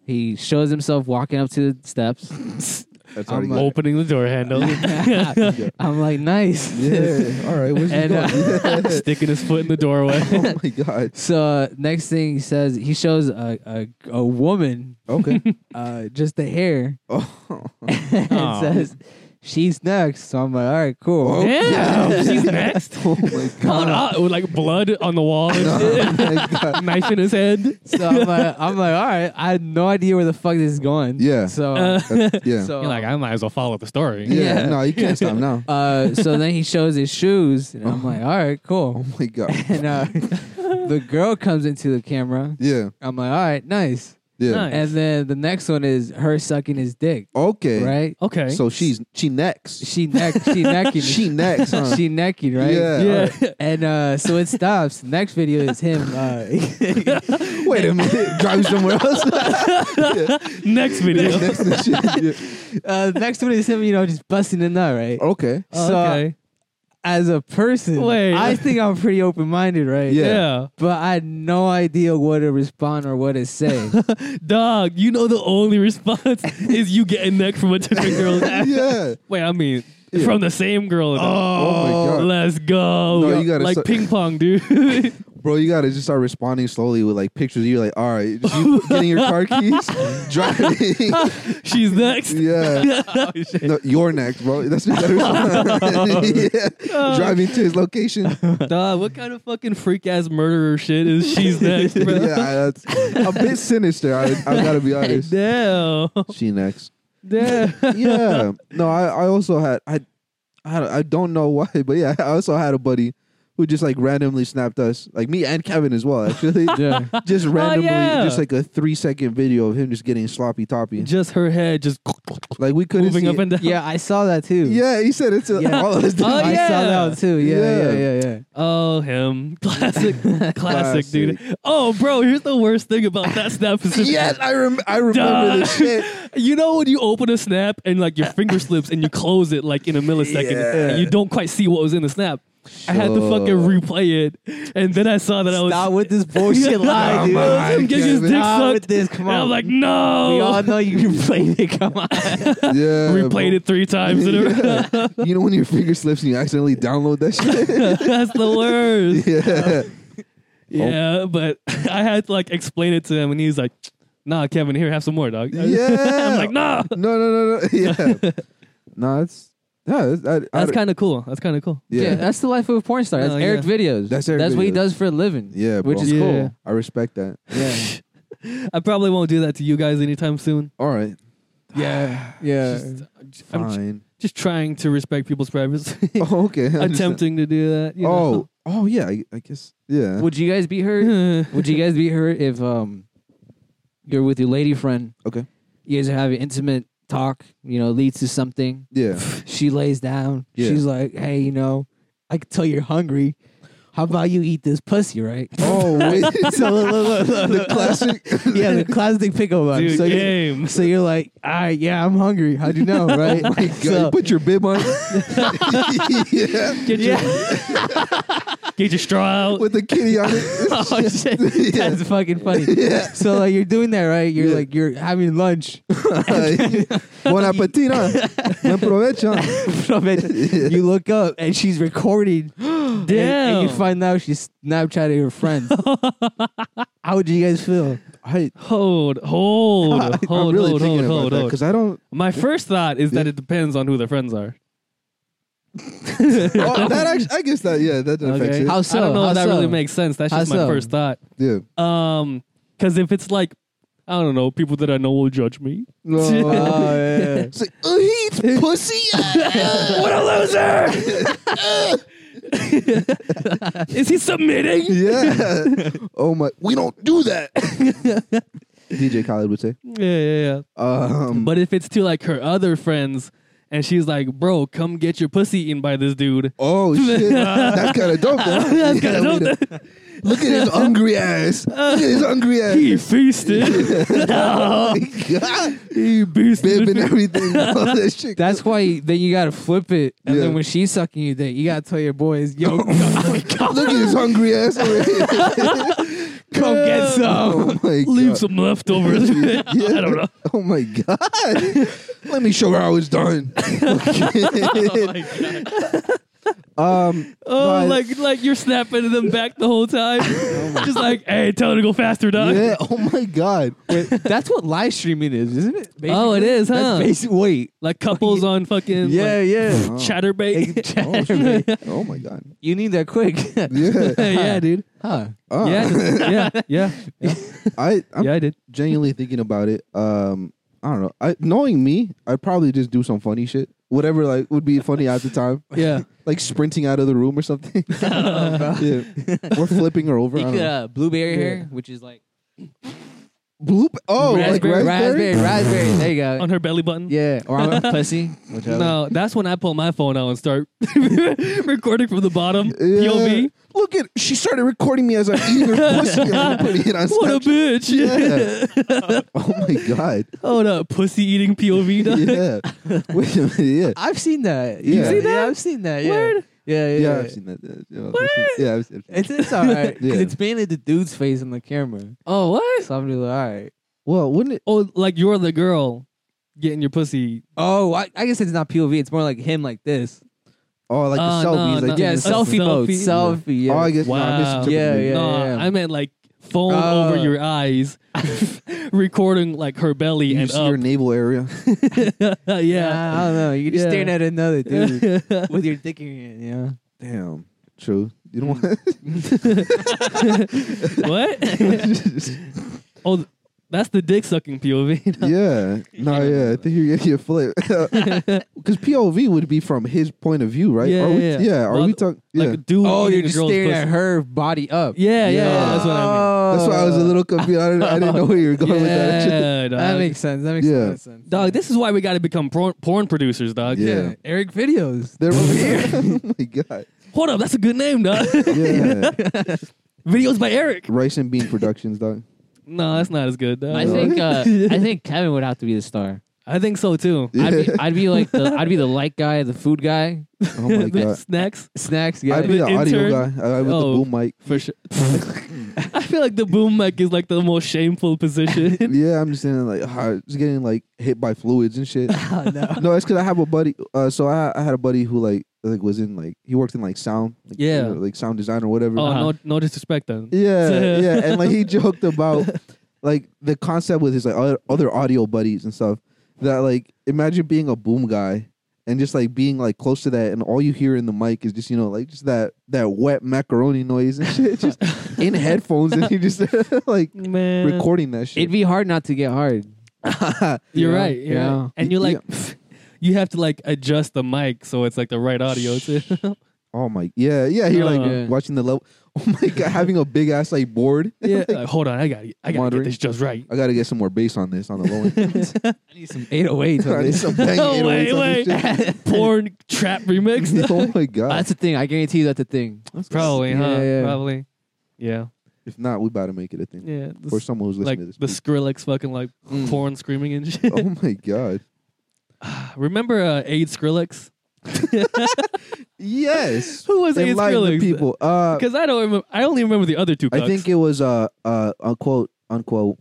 Speaker 3: He shows himself walking up to the steps.
Speaker 1: That's
Speaker 3: I'm
Speaker 1: already
Speaker 3: like-
Speaker 1: good.
Speaker 2: Opening the door handle,
Speaker 3: I'm like, nice.
Speaker 1: Yeah. All right. Where's he
Speaker 3: And,
Speaker 1: going?
Speaker 3: uh,
Speaker 2: sticking his foot in the doorway.
Speaker 1: oh my god.
Speaker 3: So uh, next thing he says, he shows a a, a woman
Speaker 1: Okay.
Speaker 3: uh, just the hair
Speaker 1: Oh.
Speaker 3: and
Speaker 2: Aw.
Speaker 3: says she's next. So I'm like, all right, cool.
Speaker 2: Yeah, she's next.
Speaker 1: oh my
Speaker 2: Going
Speaker 1: god.
Speaker 2: out with like blood on the wall,
Speaker 1: Oh
Speaker 2: and
Speaker 1: my god.
Speaker 2: shit. knife in his head.
Speaker 3: So I'm like, I'm like, all right. I had no idea where the fuck this is going.
Speaker 1: Yeah.
Speaker 3: So,
Speaker 2: Uh,
Speaker 1: Yeah.
Speaker 3: so
Speaker 2: You're like, I might as well follow the story.
Speaker 1: yeah.
Speaker 3: yeah.
Speaker 1: No, you can't stop now.
Speaker 3: uh, so then he shows his shoes, and I'm like, all right, cool.
Speaker 1: Oh my god.
Speaker 3: and uh, the girl comes into the camera.
Speaker 1: Yeah.
Speaker 3: I'm like, all right, nice.
Speaker 1: Yeah.
Speaker 2: Nice.
Speaker 3: And then the next one is her sucking his dick,
Speaker 1: Okay.
Speaker 3: right?
Speaker 2: Okay.
Speaker 1: So she's she next.
Speaker 3: She neck, she necking,
Speaker 1: She next. Huh?
Speaker 3: she necking, right?
Speaker 1: Yeah.
Speaker 2: yeah.
Speaker 3: And uh, so it stops. Next video is him. Uh,
Speaker 1: Wait a minute. Drive somewhere else.
Speaker 2: Next video.
Speaker 1: next to shit. Yeah.
Speaker 3: uh, next one is him, you know, just busting the nut, right?
Speaker 1: Okay.
Speaker 3: So
Speaker 2: Oh, okay.
Speaker 3: as a person,
Speaker 2: Wait.
Speaker 3: I think I'm pretty open minded, right?
Speaker 1: Yeah.
Speaker 2: Yeah.
Speaker 3: But I had no idea what to respond or what to say.
Speaker 2: Dog, you know the only response is you getting neck from a different girl's ass.
Speaker 1: Yeah.
Speaker 2: Wait, I mean,
Speaker 1: Yeah.
Speaker 2: from the same girl.
Speaker 1: Oh my God.
Speaker 2: Let's go.
Speaker 1: No, you gotta
Speaker 2: like
Speaker 1: suck-
Speaker 2: ping pong, dude.
Speaker 1: Bro, you gotta just start responding slowly with like pictures. You're like, all right, just you getting your car keys, driving.
Speaker 2: She's next.
Speaker 1: yeah,
Speaker 2: Oh, shit.
Speaker 1: no, you're next, bro. That's not yeah. driving to his location.
Speaker 2: Duh, what kind of fucking freak ass murderer shit is she's next,
Speaker 1: yeah,
Speaker 2: bro?
Speaker 1: that's a bit sinister. I, I gotta be honest.
Speaker 2: Damn.
Speaker 1: She next.
Speaker 2: Damn.
Speaker 1: yeah. No, I, I also had I, I had- I don't know why, but yeah, I also had a buddy who just like randomly snapped us, like me and Kevin as well, actually.
Speaker 3: Yeah.
Speaker 1: Just randomly,
Speaker 2: Oh, yeah.
Speaker 1: just like a three second video of him just getting sloppy toppy.
Speaker 2: Just her head just
Speaker 1: Like we couldn't
Speaker 2: moving
Speaker 1: see
Speaker 2: up and down.
Speaker 3: yeah, I saw that too.
Speaker 1: Yeah, he said it's
Speaker 3: Yeah.
Speaker 1: all of us. did.
Speaker 2: Oh,
Speaker 3: I saw
Speaker 2: yeah.
Speaker 3: that too. Yeah,
Speaker 1: Yeah.
Speaker 3: yeah, yeah, yeah.
Speaker 2: Oh, him. Classic. Classic, dude. Oh, bro, here's the worst thing about that snap is
Speaker 1: Yes, I rem- I remember
Speaker 2: Duh.
Speaker 1: this shit.
Speaker 2: You know when you open a snap and like your finger slips and you close it like in a millisecond
Speaker 1: Yeah.
Speaker 2: and you don't quite see what was in the snap. I had to fucking
Speaker 1: Sure.
Speaker 2: replay it and then I saw that I was
Speaker 3: Stop with this bullshit lie,
Speaker 1: Come
Speaker 3: dude.
Speaker 1: on,
Speaker 2: I was him getting his
Speaker 1: Kevin.
Speaker 2: dick
Speaker 3: Stop with
Speaker 2: sucked.
Speaker 3: this. Come
Speaker 2: And
Speaker 3: on.
Speaker 2: I'm like, no.
Speaker 3: we all know you played it. Come on.
Speaker 1: Yeah,
Speaker 2: replayed it three times in a row.
Speaker 1: it. You know when your finger slips and you accidentally download that shit.
Speaker 2: That's the worst.
Speaker 1: yeah.
Speaker 2: Yeah, but I had to like explain it to him, and he was like, "Nah, Kevin, here, have some more, dog."
Speaker 1: Yeah.
Speaker 2: I'm like, "Nah."
Speaker 1: Oh. No, no, no, no. Yeah. no, it's yeah. That's, I, I,
Speaker 2: That's kind of cool. That's kind of cool.
Speaker 1: yeah.
Speaker 3: that's the life of a porn star. That's
Speaker 2: No,
Speaker 3: Eric
Speaker 2: yeah.
Speaker 3: videos.
Speaker 1: That's Eric
Speaker 3: what he
Speaker 1: videos.
Speaker 3: does for a living.
Speaker 1: Yeah,
Speaker 3: which
Speaker 1: bro.
Speaker 3: is
Speaker 2: Yeah.
Speaker 3: cool.
Speaker 1: I respect that.
Speaker 3: Yeah,
Speaker 2: I probably won't do that to you guys anytime soon.
Speaker 1: All right,
Speaker 3: yeah, yeah.
Speaker 2: Just- I'm j-
Speaker 1: fine.
Speaker 2: just trying to respect people's privacy.
Speaker 1: oh, okay. I understand.
Speaker 2: Attempting to do that. You
Speaker 1: oh, oh yeah. I, I guess. Yeah.
Speaker 3: Would you guys beat her?
Speaker 2: know?
Speaker 3: Would you guys beat her if um you're with your lady friend?
Speaker 1: Okay.
Speaker 3: You guys are having intimate talk. You know, leads to something.
Speaker 1: Yeah.
Speaker 3: She lays down.
Speaker 1: Yeah.
Speaker 3: She's like, hey, you know, I can tell you're hungry. How about you eat this pussy, right?
Speaker 1: oh wait.
Speaker 3: so look, look, look,
Speaker 1: the
Speaker 3: look.
Speaker 1: classic.
Speaker 3: yeah, the classic pickup line.
Speaker 2: Dude,
Speaker 3: so, you,
Speaker 2: game.
Speaker 3: so you're like, all right, yeah, I'm hungry. How'd you know, right?
Speaker 1: Oh my God, you
Speaker 3: So-
Speaker 1: put your bib on. yeah.
Speaker 2: Get your get your straw out.
Speaker 1: With the kitty on it.
Speaker 3: oh shit,
Speaker 1: Yeah.
Speaker 3: that's fucking funny. So like you're doing that right? You're
Speaker 1: Yeah.
Speaker 3: like you're having lunch.
Speaker 1: Buon appetito. Buen provecho.
Speaker 3: From it, you look up and she's recording. Damn. And, and you
Speaker 2: Damn.
Speaker 3: find out she's Snapchatting her friends. How would you guys feel?
Speaker 1: I,
Speaker 2: Hold, hold,
Speaker 1: I,
Speaker 2: hold,
Speaker 1: I'm really
Speaker 2: hold,
Speaker 1: thinking
Speaker 2: hold, hold,
Speaker 1: about that
Speaker 2: hold.
Speaker 1: because I don't.
Speaker 2: My first thought is that it depends on who the friends are.
Speaker 1: Oh, that actually, I guess that. Yeah, that affects
Speaker 2: Okay.
Speaker 1: it.
Speaker 3: How
Speaker 2: I
Speaker 3: so?
Speaker 2: don't know
Speaker 3: How
Speaker 2: if that
Speaker 3: so?
Speaker 2: really makes sense. That's
Speaker 3: How
Speaker 2: just my
Speaker 3: so?
Speaker 2: first thought.
Speaker 1: yeah.
Speaker 2: Um, because if it's like, I don't know, people that I know will judge me.
Speaker 1: No. ah,
Speaker 3: Oh, yeah.
Speaker 1: It's like, oh, he eats pussy. uh,
Speaker 2: What a loser! Is he submitting?
Speaker 1: yeah. Oh my, we don't do that. DJ Khaled would say.
Speaker 2: Yeah, yeah, yeah.
Speaker 1: Um,
Speaker 2: But if it's to like her other friends, and she's like, "Bro, come get your pussy eaten by this dude."
Speaker 1: oh shit, that's kind of dope. Though.
Speaker 2: That's kinda
Speaker 1: wait
Speaker 2: dope.
Speaker 1: a- Look at his hungry ass. Look at his hungry ass.
Speaker 2: He feasted.
Speaker 1: oh my god,
Speaker 2: he
Speaker 1: bib and
Speaker 2: beasted.
Speaker 1: everything. All that shit.
Speaker 3: That's why then you gotta flip it, and
Speaker 1: Yeah.
Speaker 3: then when she's sucking you, then you gotta tell your boys, "Yo,
Speaker 2: Oh
Speaker 1: Look at his hungry ass. over here.
Speaker 3: come get some."
Speaker 1: oh my
Speaker 2: Leave
Speaker 1: god.
Speaker 2: some leftovers. I don't know.
Speaker 1: Oh my god. Let me show her how it's done.
Speaker 2: Oh my god.
Speaker 1: um,
Speaker 2: Oh,
Speaker 1: But-
Speaker 2: like like you're snapping them back the whole time. Just like, hey, tell her to go faster, dog.
Speaker 1: yeah. Oh my god.
Speaker 3: That's what live streaming is, isn't it?
Speaker 2: Oh, it is, huh?
Speaker 3: That's basic. Wait,
Speaker 2: Like couples on fucking
Speaker 3: yeah,
Speaker 2: like,
Speaker 3: yeah.
Speaker 2: chatterbait.
Speaker 1: Oh, shit. Uh, oh my god.
Speaker 3: you need that quick,
Speaker 1: Yeah.
Speaker 2: yeah, dude.
Speaker 3: huh?
Speaker 1: Oh.
Speaker 2: Yeah, just- yeah, yeah, yeah,
Speaker 1: I I'm
Speaker 2: yeah. I did.
Speaker 1: genuinely thinking about it. Um, I don't know. I knowing me, I'd probably just do some funny shit. Whatever like would be funny at the time,
Speaker 2: Yeah.
Speaker 1: like sprinting out of the room or something. yeah. Or flipping her over. I
Speaker 3: You
Speaker 1: don't
Speaker 3: could
Speaker 1: know.
Speaker 3: uh, blueberry
Speaker 2: Oh, Yeah.
Speaker 3: hair, which is like
Speaker 1: Bloop. Oh,
Speaker 3: raspberry, Oh,
Speaker 1: like
Speaker 3: raspberry,
Speaker 1: raspberry.
Speaker 3: raspberry. There you go.
Speaker 2: On her belly button.
Speaker 3: yeah, or on a pussy. Whichever.
Speaker 2: No, that's when I pull my phone out and start recording from the bottom. POV.
Speaker 1: Look at she started recording me as I'm eating her pussy and putting it on
Speaker 2: What a
Speaker 1: Snapchat.
Speaker 2: bitch.
Speaker 1: Yeah. oh my god.
Speaker 2: Hold up, Oh, pussy eating POV. Dog.
Speaker 1: Yeah. Wait a minute. Yeah.
Speaker 3: I've seen that.
Speaker 1: You've
Speaker 3: yeah.
Speaker 1: seen
Speaker 3: Yeah,
Speaker 2: that?
Speaker 3: I've seen that. Yeah,
Speaker 2: Word.
Speaker 3: yeah, yeah.
Speaker 1: Yeah,
Speaker 3: yeah.
Speaker 1: I've seen that. Yeah, yeah, I've seen- yeah, I've seen-
Speaker 3: It's it's all right 'cause
Speaker 1: Yeah.
Speaker 3: it's mainly the dude's face on the camera.
Speaker 2: Oh, what?
Speaker 3: So I'm just like, all right.
Speaker 1: Well, wouldn't it?
Speaker 2: Oh, like you're the girl getting your pussy.
Speaker 3: Oh, I, I guess it's not POV. It's more like him like this.
Speaker 1: Oh, like the
Speaker 2: Oh, no,
Speaker 1: selfies.
Speaker 2: no.
Speaker 1: like
Speaker 3: Yeah,
Speaker 1: taking the-
Speaker 3: selfie mode.
Speaker 2: selfie.
Speaker 3: Selfie. Yeah.
Speaker 1: Oh, I guess no, I
Speaker 2: Wow.
Speaker 1: misinterpreted
Speaker 3: Yeah,
Speaker 1: it.
Speaker 3: yeah.
Speaker 2: no, I meant like phone over
Speaker 3: Oh.
Speaker 2: your eyes, recording like her belly
Speaker 1: You
Speaker 2: and
Speaker 1: see your
Speaker 2: up.
Speaker 1: navel area.
Speaker 2: yeah.
Speaker 3: I don't know. You're just
Speaker 2: Yeah.
Speaker 3: staring at another dude with your dick in your hand. Yeah.
Speaker 1: Damn. True. You don't want
Speaker 2: what? oh, th- that's the dick sucking POV.
Speaker 1: yeah. No, yeah. I think you're getting a flip. Because POV would be from his point of view, right?
Speaker 2: Yeah,
Speaker 1: are we,
Speaker 2: yeah.
Speaker 1: Are
Speaker 2: Well,
Speaker 1: we talking? Yeah.
Speaker 2: Like a dude.
Speaker 3: Oh,
Speaker 2: eating
Speaker 3: you're
Speaker 2: a
Speaker 3: just
Speaker 2: girl's
Speaker 3: staring at
Speaker 2: pussy.
Speaker 3: her body up.
Speaker 2: Yeah, yeah, yeah, that's what I
Speaker 1: That's why I was a little confused. I didn't, I didn't know where you were going
Speaker 2: mean.
Speaker 1: with that. shit.
Speaker 2: Yeah, dog.
Speaker 3: That makes sense. That makes
Speaker 1: Yeah.
Speaker 3: a lot of sense.
Speaker 2: dog. This is why we got to become porn, porn producers, dog.
Speaker 1: Yeah.
Speaker 3: Eric videos.
Speaker 1: They're over here. oh my god.
Speaker 2: Hold up, that's a good name, dog.
Speaker 1: Yeah.
Speaker 2: Videos by Eric.
Speaker 1: Rice and Bean Productions, dog.
Speaker 2: No, that's not as good. Dog.
Speaker 4: I think uh, I think Kevin would have to be the star.
Speaker 2: I think so too.
Speaker 3: Oh
Speaker 4: I'd,
Speaker 1: Yeah.
Speaker 4: be, I'd be like the I'd be the light guy, the food guy.
Speaker 1: Oh my
Speaker 2: The
Speaker 1: god.
Speaker 2: Snacks
Speaker 3: Snacks. Yeah.
Speaker 1: I'd be the
Speaker 2: The
Speaker 1: audio guy
Speaker 2: intern?
Speaker 1: uh, with
Speaker 2: Oh.
Speaker 1: the boom mic.
Speaker 2: for sure. I feel like the boom mic is like the most shameful position.
Speaker 1: Yeah, I'm just saying, like, ah, just getting like hit by fluids and shit.
Speaker 3: Oh, no.
Speaker 1: no, it's because I have a buddy. Uh, so I I had a buddy who like like was in like he worked in like sound, like,
Speaker 2: Yeah.
Speaker 1: you know, like sound design or whatever.
Speaker 2: oh
Speaker 4: Uh-huh.
Speaker 2: no, no disrespect then.
Speaker 1: Yeah, yeah, and like he joked about like the concept with his like o- other audio buddies and stuff. That like imagine being a boom guy and just like being like close to that, and all you hear in the mic is just you know like just that that wet macaroni noise and shit, just in headphones, and you just like
Speaker 2: Man,
Speaker 1: recording that shit.
Speaker 4: It'd be hard not to get hard.
Speaker 2: You're
Speaker 4: Yeah.
Speaker 2: right. You're
Speaker 4: Yeah.
Speaker 2: right. And you're
Speaker 1: Y-
Speaker 2: like, you have to like adjust the mic so it's like the right audio too.
Speaker 1: oh my, yeah, yeah. You're like
Speaker 2: Uh.
Speaker 4: Yeah.
Speaker 1: watching the level. Oh my god, having a big ass like board.
Speaker 2: yeah. Like, hold on, I got to I got to
Speaker 1: Monitoring.
Speaker 2: get this just right.
Speaker 1: I gotta get some more bass on this on the low end.
Speaker 3: I need some 808s
Speaker 1: I
Speaker 3: on
Speaker 1: need
Speaker 3: this.
Speaker 1: some banging
Speaker 2: Oh,
Speaker 1: 808s on
Speaker 2: wait,
Speaker 1: this shit.
Speaker 2: Porn trap remix.
Speaker 1: oh my god.
Speaker 4: That's the thing. I guarantee you that's the thing.
Speaker 2: Probably, huh?
Speaker 3: Yeah, yeah.
Speaker 2: Probably. Yeah.
Speaker 1: If not, we about to make it a thing.
Speaker 2: Yeah.
Speaker 1: For someone who's
Speaker 2: like
Speaker 1: listening
Speaker 2: the
Speaker 1: to this. Mm.
Speaker 2: Skrillex fucking like porn screaming and shit.
Speaker 1: oh my god. Oh.
Speaker 2: Remember uh, Aid Skrillex?
Speaker 1: Yes.
Speaker 2: Who was Aid
Speaker 1: Enlighten the
Speaker 2: Skrillex?
Speaker 1: people. Uh,
Speaker 2: Because I don't remember. I only remember the other two.
Speaker 1: I
Speaker 2: cucks.
Speaker 1: think it was uh uh unquote unquote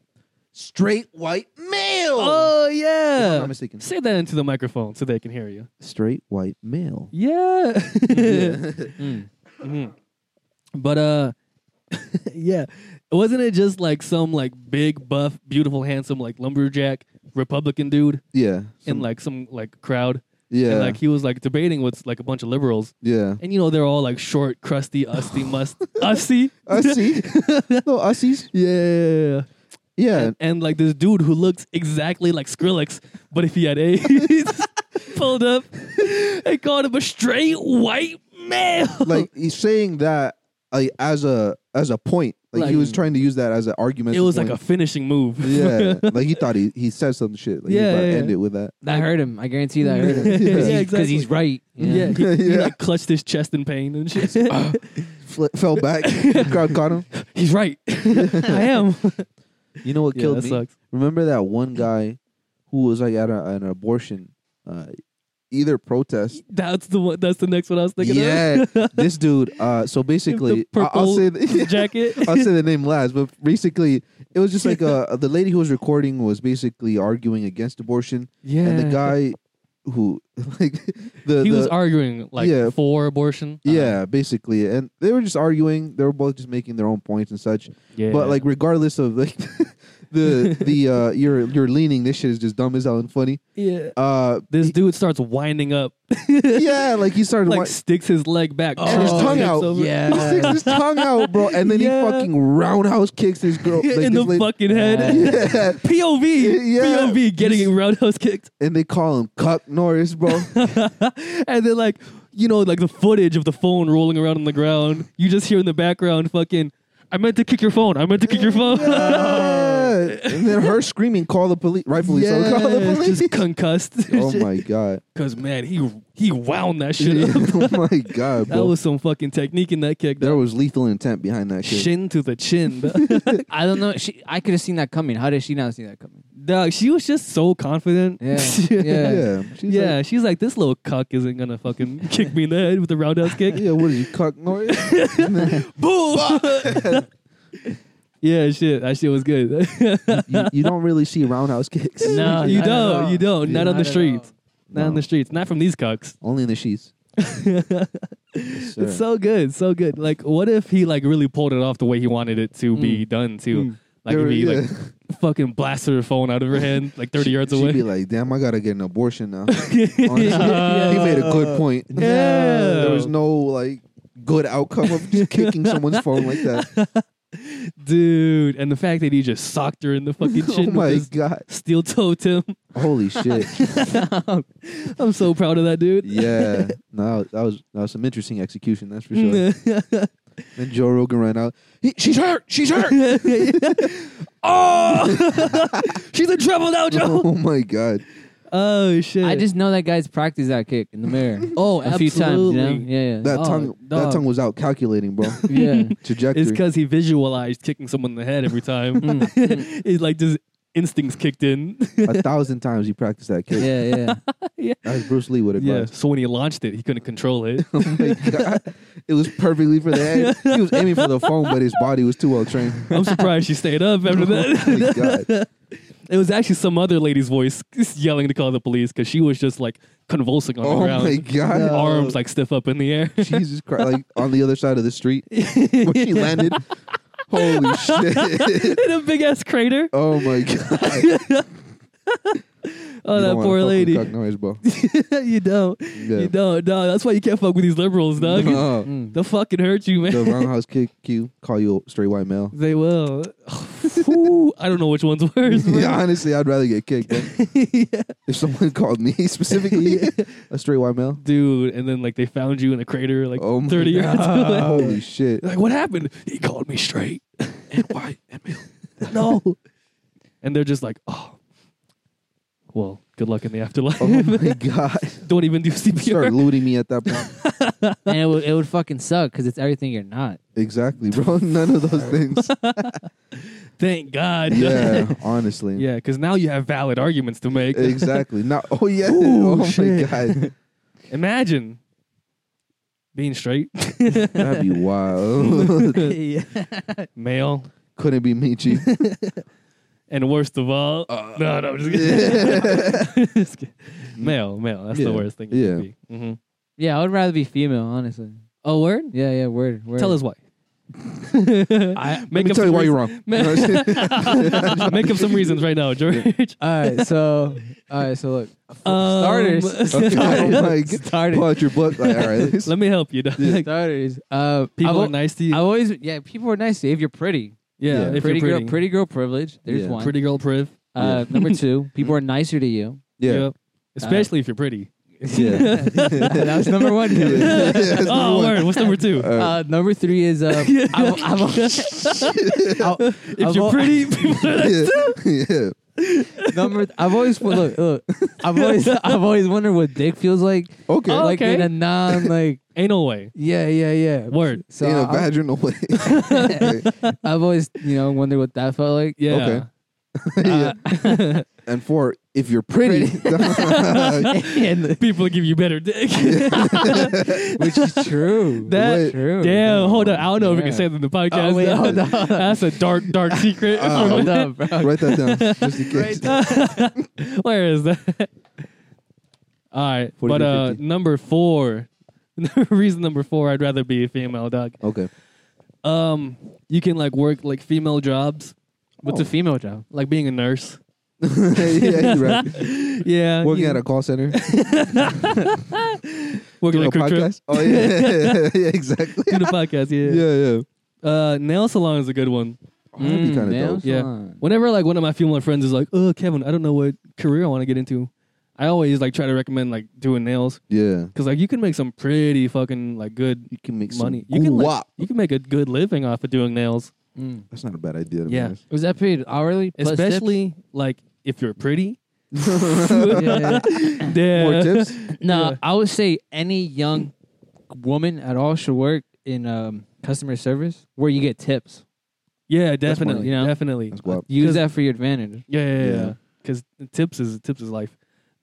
Speaker 1: straight white male.
Speaker 2: Oh
Speaker 1: If I'm
Speaker 2: yeah.
Speaker 1: not mistaken.
Speaker 2: Say that into the microphone so they can hear you.
Speaker 1: Straight white male.
Speaker 2: Yeah.
Speaker 4: Mm.
Speaker 2: Mhm. But uh, yeah. Wasn't it just like some like big buff, beautiful, handsome like lumberjack Republican dude
Speaker 1: Yeah.
Speaker 2: in like some like crowd?
Speaker 1: yeah.
Speaker 2: And like he was like debating with like a bunch of liberals.
Speaker 1: yeah.
Speaker 2: And you know they're all like short, crusty, usty, must, usty.
Speaker 1: Ussie. no, Ussies.
Speaker 2: Yeah.
Speaker 1: Yeah.
Speaker 2: And, and like this dude who looked exactly like Skrillex, but if he had AIDS, pulled up, they called him a straight white male.
Speaker 1: like he's saying that like as a as a point. Like,
Speaker 2: Like-
Speaker 1: he was trying to use that as an argument.
Speaker 2: it was like a finishing move.
Speaker 1: yeah, like he thought he, he said some shit. Like he
Speaker 2: Yeah,
Speaker 1: was about
Speaker 2: yeah,
Speaker 1: to end
Speaker 2: yeah.
Speaker 1: it with that.
Speaker 4: That hurt him. I guarantee that hurt him.
Speaker 1: Yeah,
Speaker 4: Because
Speaker 1: yeah,
Speaker 4: he's, 'cause
Speaker 2: exactly.
Speaker 4: he's right.
Speaker 2: Yeah, he, he,
Speaker 1: Yeah.
Speaker 2: like clutched his chest in pain and shit.
Speaker 1: Fl- fell back, the crowd caught him.
Speaker 2: He's right. I am.
Speaker 1: You know what
Speaker 2: Yeah,
Speaker 1: killed
Speaker 2: that
Speaker 1: me?
Speaker 2: sucks.
Speaker 1: Remember that one guy who was like at a, an abortion, uh, either protest.
Speaker 2: That's the one. That's the next one I was thinking
Speaker 1: yeah,
Speaker 2: of. Yeah,
Speaker 1: this dude. Uh, so basically, I- I'll
Speaker 2: purple
Speaker 1: say the,
Speaker 2: jacket.
Speaker 1: I'll say the name last, but basically, it was just like uh, the lady who was recording was basically arguing against abortion,
Speaker 2: yeah,
Speaker 1: and the guy who like the
Speaker 2: he
Speaker 1: the,
Speaker 2: was arguing like
Speaker 1: Yeah.
Speaker 2: for abortion. Uh-huh.
Speaker 1: yeah, basically, and they were just arguing. They were both just making their own points and such.
Speaker 2: yeah.
Speaker 1: But like, regardless of like the the uh, your your leaning, this shit is just dumb as hell and funny.
Speaker 2: yeah,
Speaker 1: Uh,
Speaker 2: this dude starts winding up.
Speaker 1: yeah, like he started
Speaker 2: like
Speaker 1: wa-
Speaker 2: sticks his leg back
Speaker 1: and his
Speaker 2: trips
Speaker 1: Oh, tongue out.
Speaker 2: over-
Speaker 1: He sticks his tongue out, bro, and then
Speaker 2: Yeah.
Speaker 1: he fucking roundhouse kicks his girl like,
Speaker 2: in
Speaker 1: this
Speaker 2: the
Speaker 1: lady-
Speaker 2: fucking head.
Speaker 1: Yeah.
Speaker 2: POV,
Speaker 1: Yeah.
Speaker 2: POV, getting roundhouse kicked,
Speaker 1: And they call him Cuck Norris, bro.
Speaker 2: and then like you know like the footage of the phone rolling around on the ground. You just hear in the background, fucking. I meant to kick your phone. I meant to kick your phone.
Speaker 1: Yeah. and then her screaming, "Call the police!" Rightfully so. Call the
Speaker 2: Yes,
Speaker 1: police.
Speaker 2: just concussed.
Speaker 1: oh my god.
Speaker 2: Cause man, he he wound that shit up.
Speaker 1: oh my god, bro.
Speaker 2: That was some fucking technique in that kick.
Speaker 1: there
Speaker 2: dog.
Speaker 1: was lethal intent behind that shit.
Speaker 2: shin to the chin. dog.
Speaker 4: I don't know. She, I could have seen that coming. How did she not see that coming?
Speaker 2: Dog, she was just so confident.
Speaker 4: Yeah, yeah.
Speaker 1: Yeah. She's
Speaker 2: yeah, she's like, this little cuck isn't gonna fucking kick me in the head with a roundhouse kick.
Speaker 1: Like, yeah. What is you, Cuck Norris?
Speaker 2: Boom! yeah, shit, that shit was good.
Speaker 1: you, you don't really see roundhouse kicks.
Speaker 4: No.
Speaker 2: you
Speaker 4: not at
Speaker 2: don't,
Speaker 4: all.
Speaker 2: you don't,
Speaker 1: Yeah.
Speaker 2: not on
Speaker 4: Not at
Speaker 2: the streets,
Speaker 4: all.
Speaker 2: not on
Speaker 1: No.
Speaker 2: the streets, not from these cucks.
Speaker 1: Only in the sheets. sir.
Speaker 2: It's so good, so good. Like, what if he like really pulled it off the way he wanted it to be done too?
Speaker 1: Hmm.
Speaker 2: Like,
Speaker 1: Mm. There-
Speaker 2: if he
Speaker 1: yeah.
Speaker 2: like fucking blasted her phone out of her hand like thirty yards
Speaker 1: She'd
Speaker 2: away.
Speaker 1: be like, "Damn, I gotta get an abortion now." Honestly,
Speaker 2: Yeah.
Speaker 1: he made a good point.
Speaker 2: Yeah.
Speaker 1: There was no like good outcome of just kicking someone's phone like that.
Speaker 2: dude. And the fact that he just socked her in the fucking
Speaker 1: Oh
Speaker 2: chin
Speaker 1: my
Speaker 2: with his
Speaker 1: god!
Speaker 2: steel totem.
Speaker 1: Holy shit!
Speaker 2: I'm so proud of that dude.
Speaker 1: Yeah, no, that was that was some interesting execution. That's for sure. then Joe Rogan ran out. He, she's hurt. She's hurt.
Speaker 2: oh, she's in trouble now, Joe.
Speaker 1: oh my god!
Speaker 2: Oh shit.
Speaker 3: I just know that guy's practiced that kick in the mirror
Speaker 2: oh
Speaker 3: a few times. You know?
Speaker 2: absolutely.
Speaker 3: Yeah, yeah.
Speaker 1: That
Speaker 2: Oh,
Speaker 1: tongue, that
Speaker 2: dog.
Speaker 1: tongue was out calculating, bro.
Speaker 3: yeah.
Speaker 1: Trajectory.
Speaker 2: It's because he visualized kicking someone in the head every time. it's like just instincts kicked in.
Speaker 1: a thousand times he practiced that kick.
Speaker 3: yeah, yeah.
Speaker 1: That's Bruce Lee would
Speaker 2: yeah.
Speaker 1: advise.
Speaker 2: So when he launched it, he couldn't control it.
Speaker 1: Oh my god! It was perfectly for the head. He was aiming for the phone, but his body was too well trained.
Speaker 2: I'm surprised she stayed up after
Speaker 1: Oh
Speaker 2: that.
Speaker 1: my god!
Speaker 2: it was actually some other lady's voice yelling to call the police because she was just like convulsing on
Speaker 1: Oh
Speaker 2: the ground.
Speaker 1: my god!
Speaker 2: Arms like stiff up in the air.
Speaker 1: Jesus Christ! Like on the other side of the street when she landed. Holy shit!
Speaker 2: in a big ass crater.
Speaker 1: Oh my god!
Speaker 2: Oh,
Speaker 1: You
Speaker 2: that
Speaker 1: don't wanna
Speaker 2: poor
Speaker 1: fuck with
Speaker 2: lady.
Speaker 1: Cock noise, bro.
Speaker 2: you don't.
Speaker 1: Yeah.
Speaker 2: You don't. No, that's why you can't fuck with these liberals, dog.
Speaker 1: No.
Speaker 3: Hmm.
Speaker 2: They'll fucking hurt you, man.
Speaker 1: the roundhouse kick you, call you a straight white male.
Speaker 2: They will. Ooh, I don't know which one's worse. bro.
Speaker 1: Yeah, honestly, I'd rather get kicked. bro. If someone called me specifically a straight white male,
Speaker 2: Dude, and then like they found you in a crater like
Speaker 1: Oh my
Speaker 2: 30 yards away.
Speaker 1: holy shit!
Speaker 2: Like, what happened? He called me straight and white and male. No. And they're just like, oh, well, good luck in the afterlife.
Speaker 1: Oh my god!
Speaker 2: don't even do
Speaker 1: Start
Speaker 2: CPR.
Speaker 1: looting me at that point.
Speaker 3: And it would it would fucking suck because it's everything you're not.
Speaker 1: Exactly, bro. None of those things.
Speaker 2: Thank God.
Speaker 1: Yeah, honestly.
Speaker 2: yeah, because now you have valid arguments to make.
Speaker 1: Exactly. Not. Oh yeah.
Speaker 2: Ooh,
Speaker 1: oh my
Speaker 2: shit.
Speaker 1: god.
Speaker 2: Imagine being straight,
Speaker 1: That'd be wild.
Speaker 3: yeah.
Speaker 2: male,
Speaker 1: Couldn't be me, chief.
Speaker 2: and worst of all,
Speaker 1: Uh.
Speaker 2: no, no, I'm just kidding. Just kidding. Male, male. That's
Speaker 1: Yeah,
Speaker 2: the worst thing.
Speaker 1: yeah.
Speaker 2: Yeah. Be. hmm
Speaker 3: I would rather be female, honestly.
Speaker 2: Oh, word.
Speaker 3: Yeah, yeah. Word. word.
Speaker 2: Tell us why.
Speaker 3: I,
Speaker 1: Let me tell you why you're wrong.
Speaker 2: wrong. Make up some reasons right now, George.
Speaker 3: all right. So all right. So look. For
Speaker 2: Um,
Speaker 3: starters.
Speaker 1: Okay. Oh my
Speaker 3: starters.
Speaker 1: god.
Speaker 3: starters.
Speaker 1: Pull out your book. Like, all right. let's-
Speaker 2: Let me help you. dog. Like,
Speaker 3: starters. Uh, I've
Speaker 2: People
Speaker 3: al-
Speaker 2: are nice to you.
Speaker 3: I've always yeah. People are nice to you if you're pretty.
Speaker 2: yeah,
Speaker 1: yeah.
Speaker 2: if
Speaker 3: pretty,
Speaker 2: you're pretty,
Speaker 3: girl, pretty girl privilege. There's
Speaker 1: Yeah.
Speaker 3: one.
Speaker 2: Pretty girl, priv.
Speaker 3: Uh, Number two, people are nicer to you.
Speaker 1: yeah.
Speaker 2: Yep. Especially if you're pretty.
Speaker 1: Yeah.
Speaker 3: That's number one. Kevin.
Speaker 1: Yeah, that's number
Speaker 2: oh,
Speaker 1: one.
Speaker 2: word. What's number two?
Speaker 1: Uh,
Speaker 3: Uh, number three is uh, I've, I've, I've-
Speaker 2: if
Speaker 3: I've
Speaker 2: you're
Speaker 3: al-
Speaker 2: pretty, people are
Speaker 1: yeah. yeah.
Speaker 3: number I've always look look I've always I've always wondered what dick feels like
Speaker 1: Okay.
Speaker 2: Oh,
Speaker 3: like
Speaker 2: okay.
Speaker 3: in a non like
Speaker 2: Ain't no way.
Speaker 3: yeah yeah yeah
Speaker 2: Word.
Speaker 3: So
Speaker 1: In a
Speaker 3: I,
Speaker 1: vaginal way.
Speaker 3: I've always you know wondered what that felt like. Uh,
Speaker 2: Yeah.
Speaker 1: Okay. and four, if you're pretty,
Speaker 3: And-
Speaker 2: People give you better dick.
Speaker 3: which is true.
Speaker 2: That-
Speaker 3: That's true.
Speaker 2: Damn, hold up. I don't know if we
Speaker 3: Yeah.
Speaker 2: can say that in the podcast.
Speaker 3: Oh, wait, hold on.
Speaker 2: That's a dark, dark secret.
Speaker 1: Uh,
Speaker 3: Hold up, bro.
Speaker 1: write that down just in case.
Speaker 2: Where is that? All right. But
Speaker 1: 40,
Speaker 2: uh,
Speaker 1: 50.
Speaker 2: number four, reason number four, I'd rather be a female dog.
Speaker 1: Okay.
Speaker 2: Um, you can like work like female jobs,
Speaker 1: Oh.
Speaker 3: What's a female job?
Speaker 2: like being a nurse.
Speaker 1: yeah, you're right.
Speaker 2: Yeah,
Speaker 1: Working
Speaker 2: you-
Speaker 1: at a call center.
Speaker 2: working
Speaker 1: Doing
Speaker 2: like
Speaker 1: a
Speaker 2: crew trip.
Speaker 1: podcast. Oh yeah, yeah, exactly.
Speaker 2: Do the podcast.
Speaker 1: Yeah,
Speaker 2: Yeah.
Speaker 1: yeah.
Speaker 2: Uh, nail salon is a good one.
Speaker 1: Oh, that'd be
Speaker 3: Mm,
Speaker 1: kind of
Speaker 3: nails?
Speaker 1: dope.
Speaker 2: Yeah.
Speaker 3: Salon.
Speaker 2: Whenever like one of my female friends is like, "Oh, Kevin, I don't know what career I want to get into," I always like try to recommend like doing nails
Speaker 1: Yeah,
Speaker 2: because like you can make some pretty fucking like good
Speaker 1: you can make
Speaker 2: money.
Speaker 1: Some
Speaker 2: You can like,
Speaker 1: guap.
Speaker 2: you can make a good living off of doing nails,
Speaker 3: Mm.
Speaker 1: That's not a bad idea. To be
Speaker 2: Yeah.
Speaker 1: honest.
Speaker 3: Was that paid hourly? plus tips?
Speaker 2: especially like if you're pretty.
Speaker 3: Yeah.
Speaker 2: Yeah.
Speaker 1: More tips.
Speaker 3: No,
Speaker 2: Yeah.
Speaker 3: I would say any young woman at all should work in um, customer service where you get tips.
Speaker 2: Yeah,
Speaker 1: That's more
Speaker 2: definitely.
Speaker 1: like-
Speaker 2: Definitely.
Speaker 1: That's guap.
Speaker 3: Use
Speaker 2: 'Cause-
Speaker 3: that for your advantage.
Speaker 2: Yeah, yeah, yeah,
Speaker 1: Yeah.
Speaker 2: yeah. Because tips is tips is life.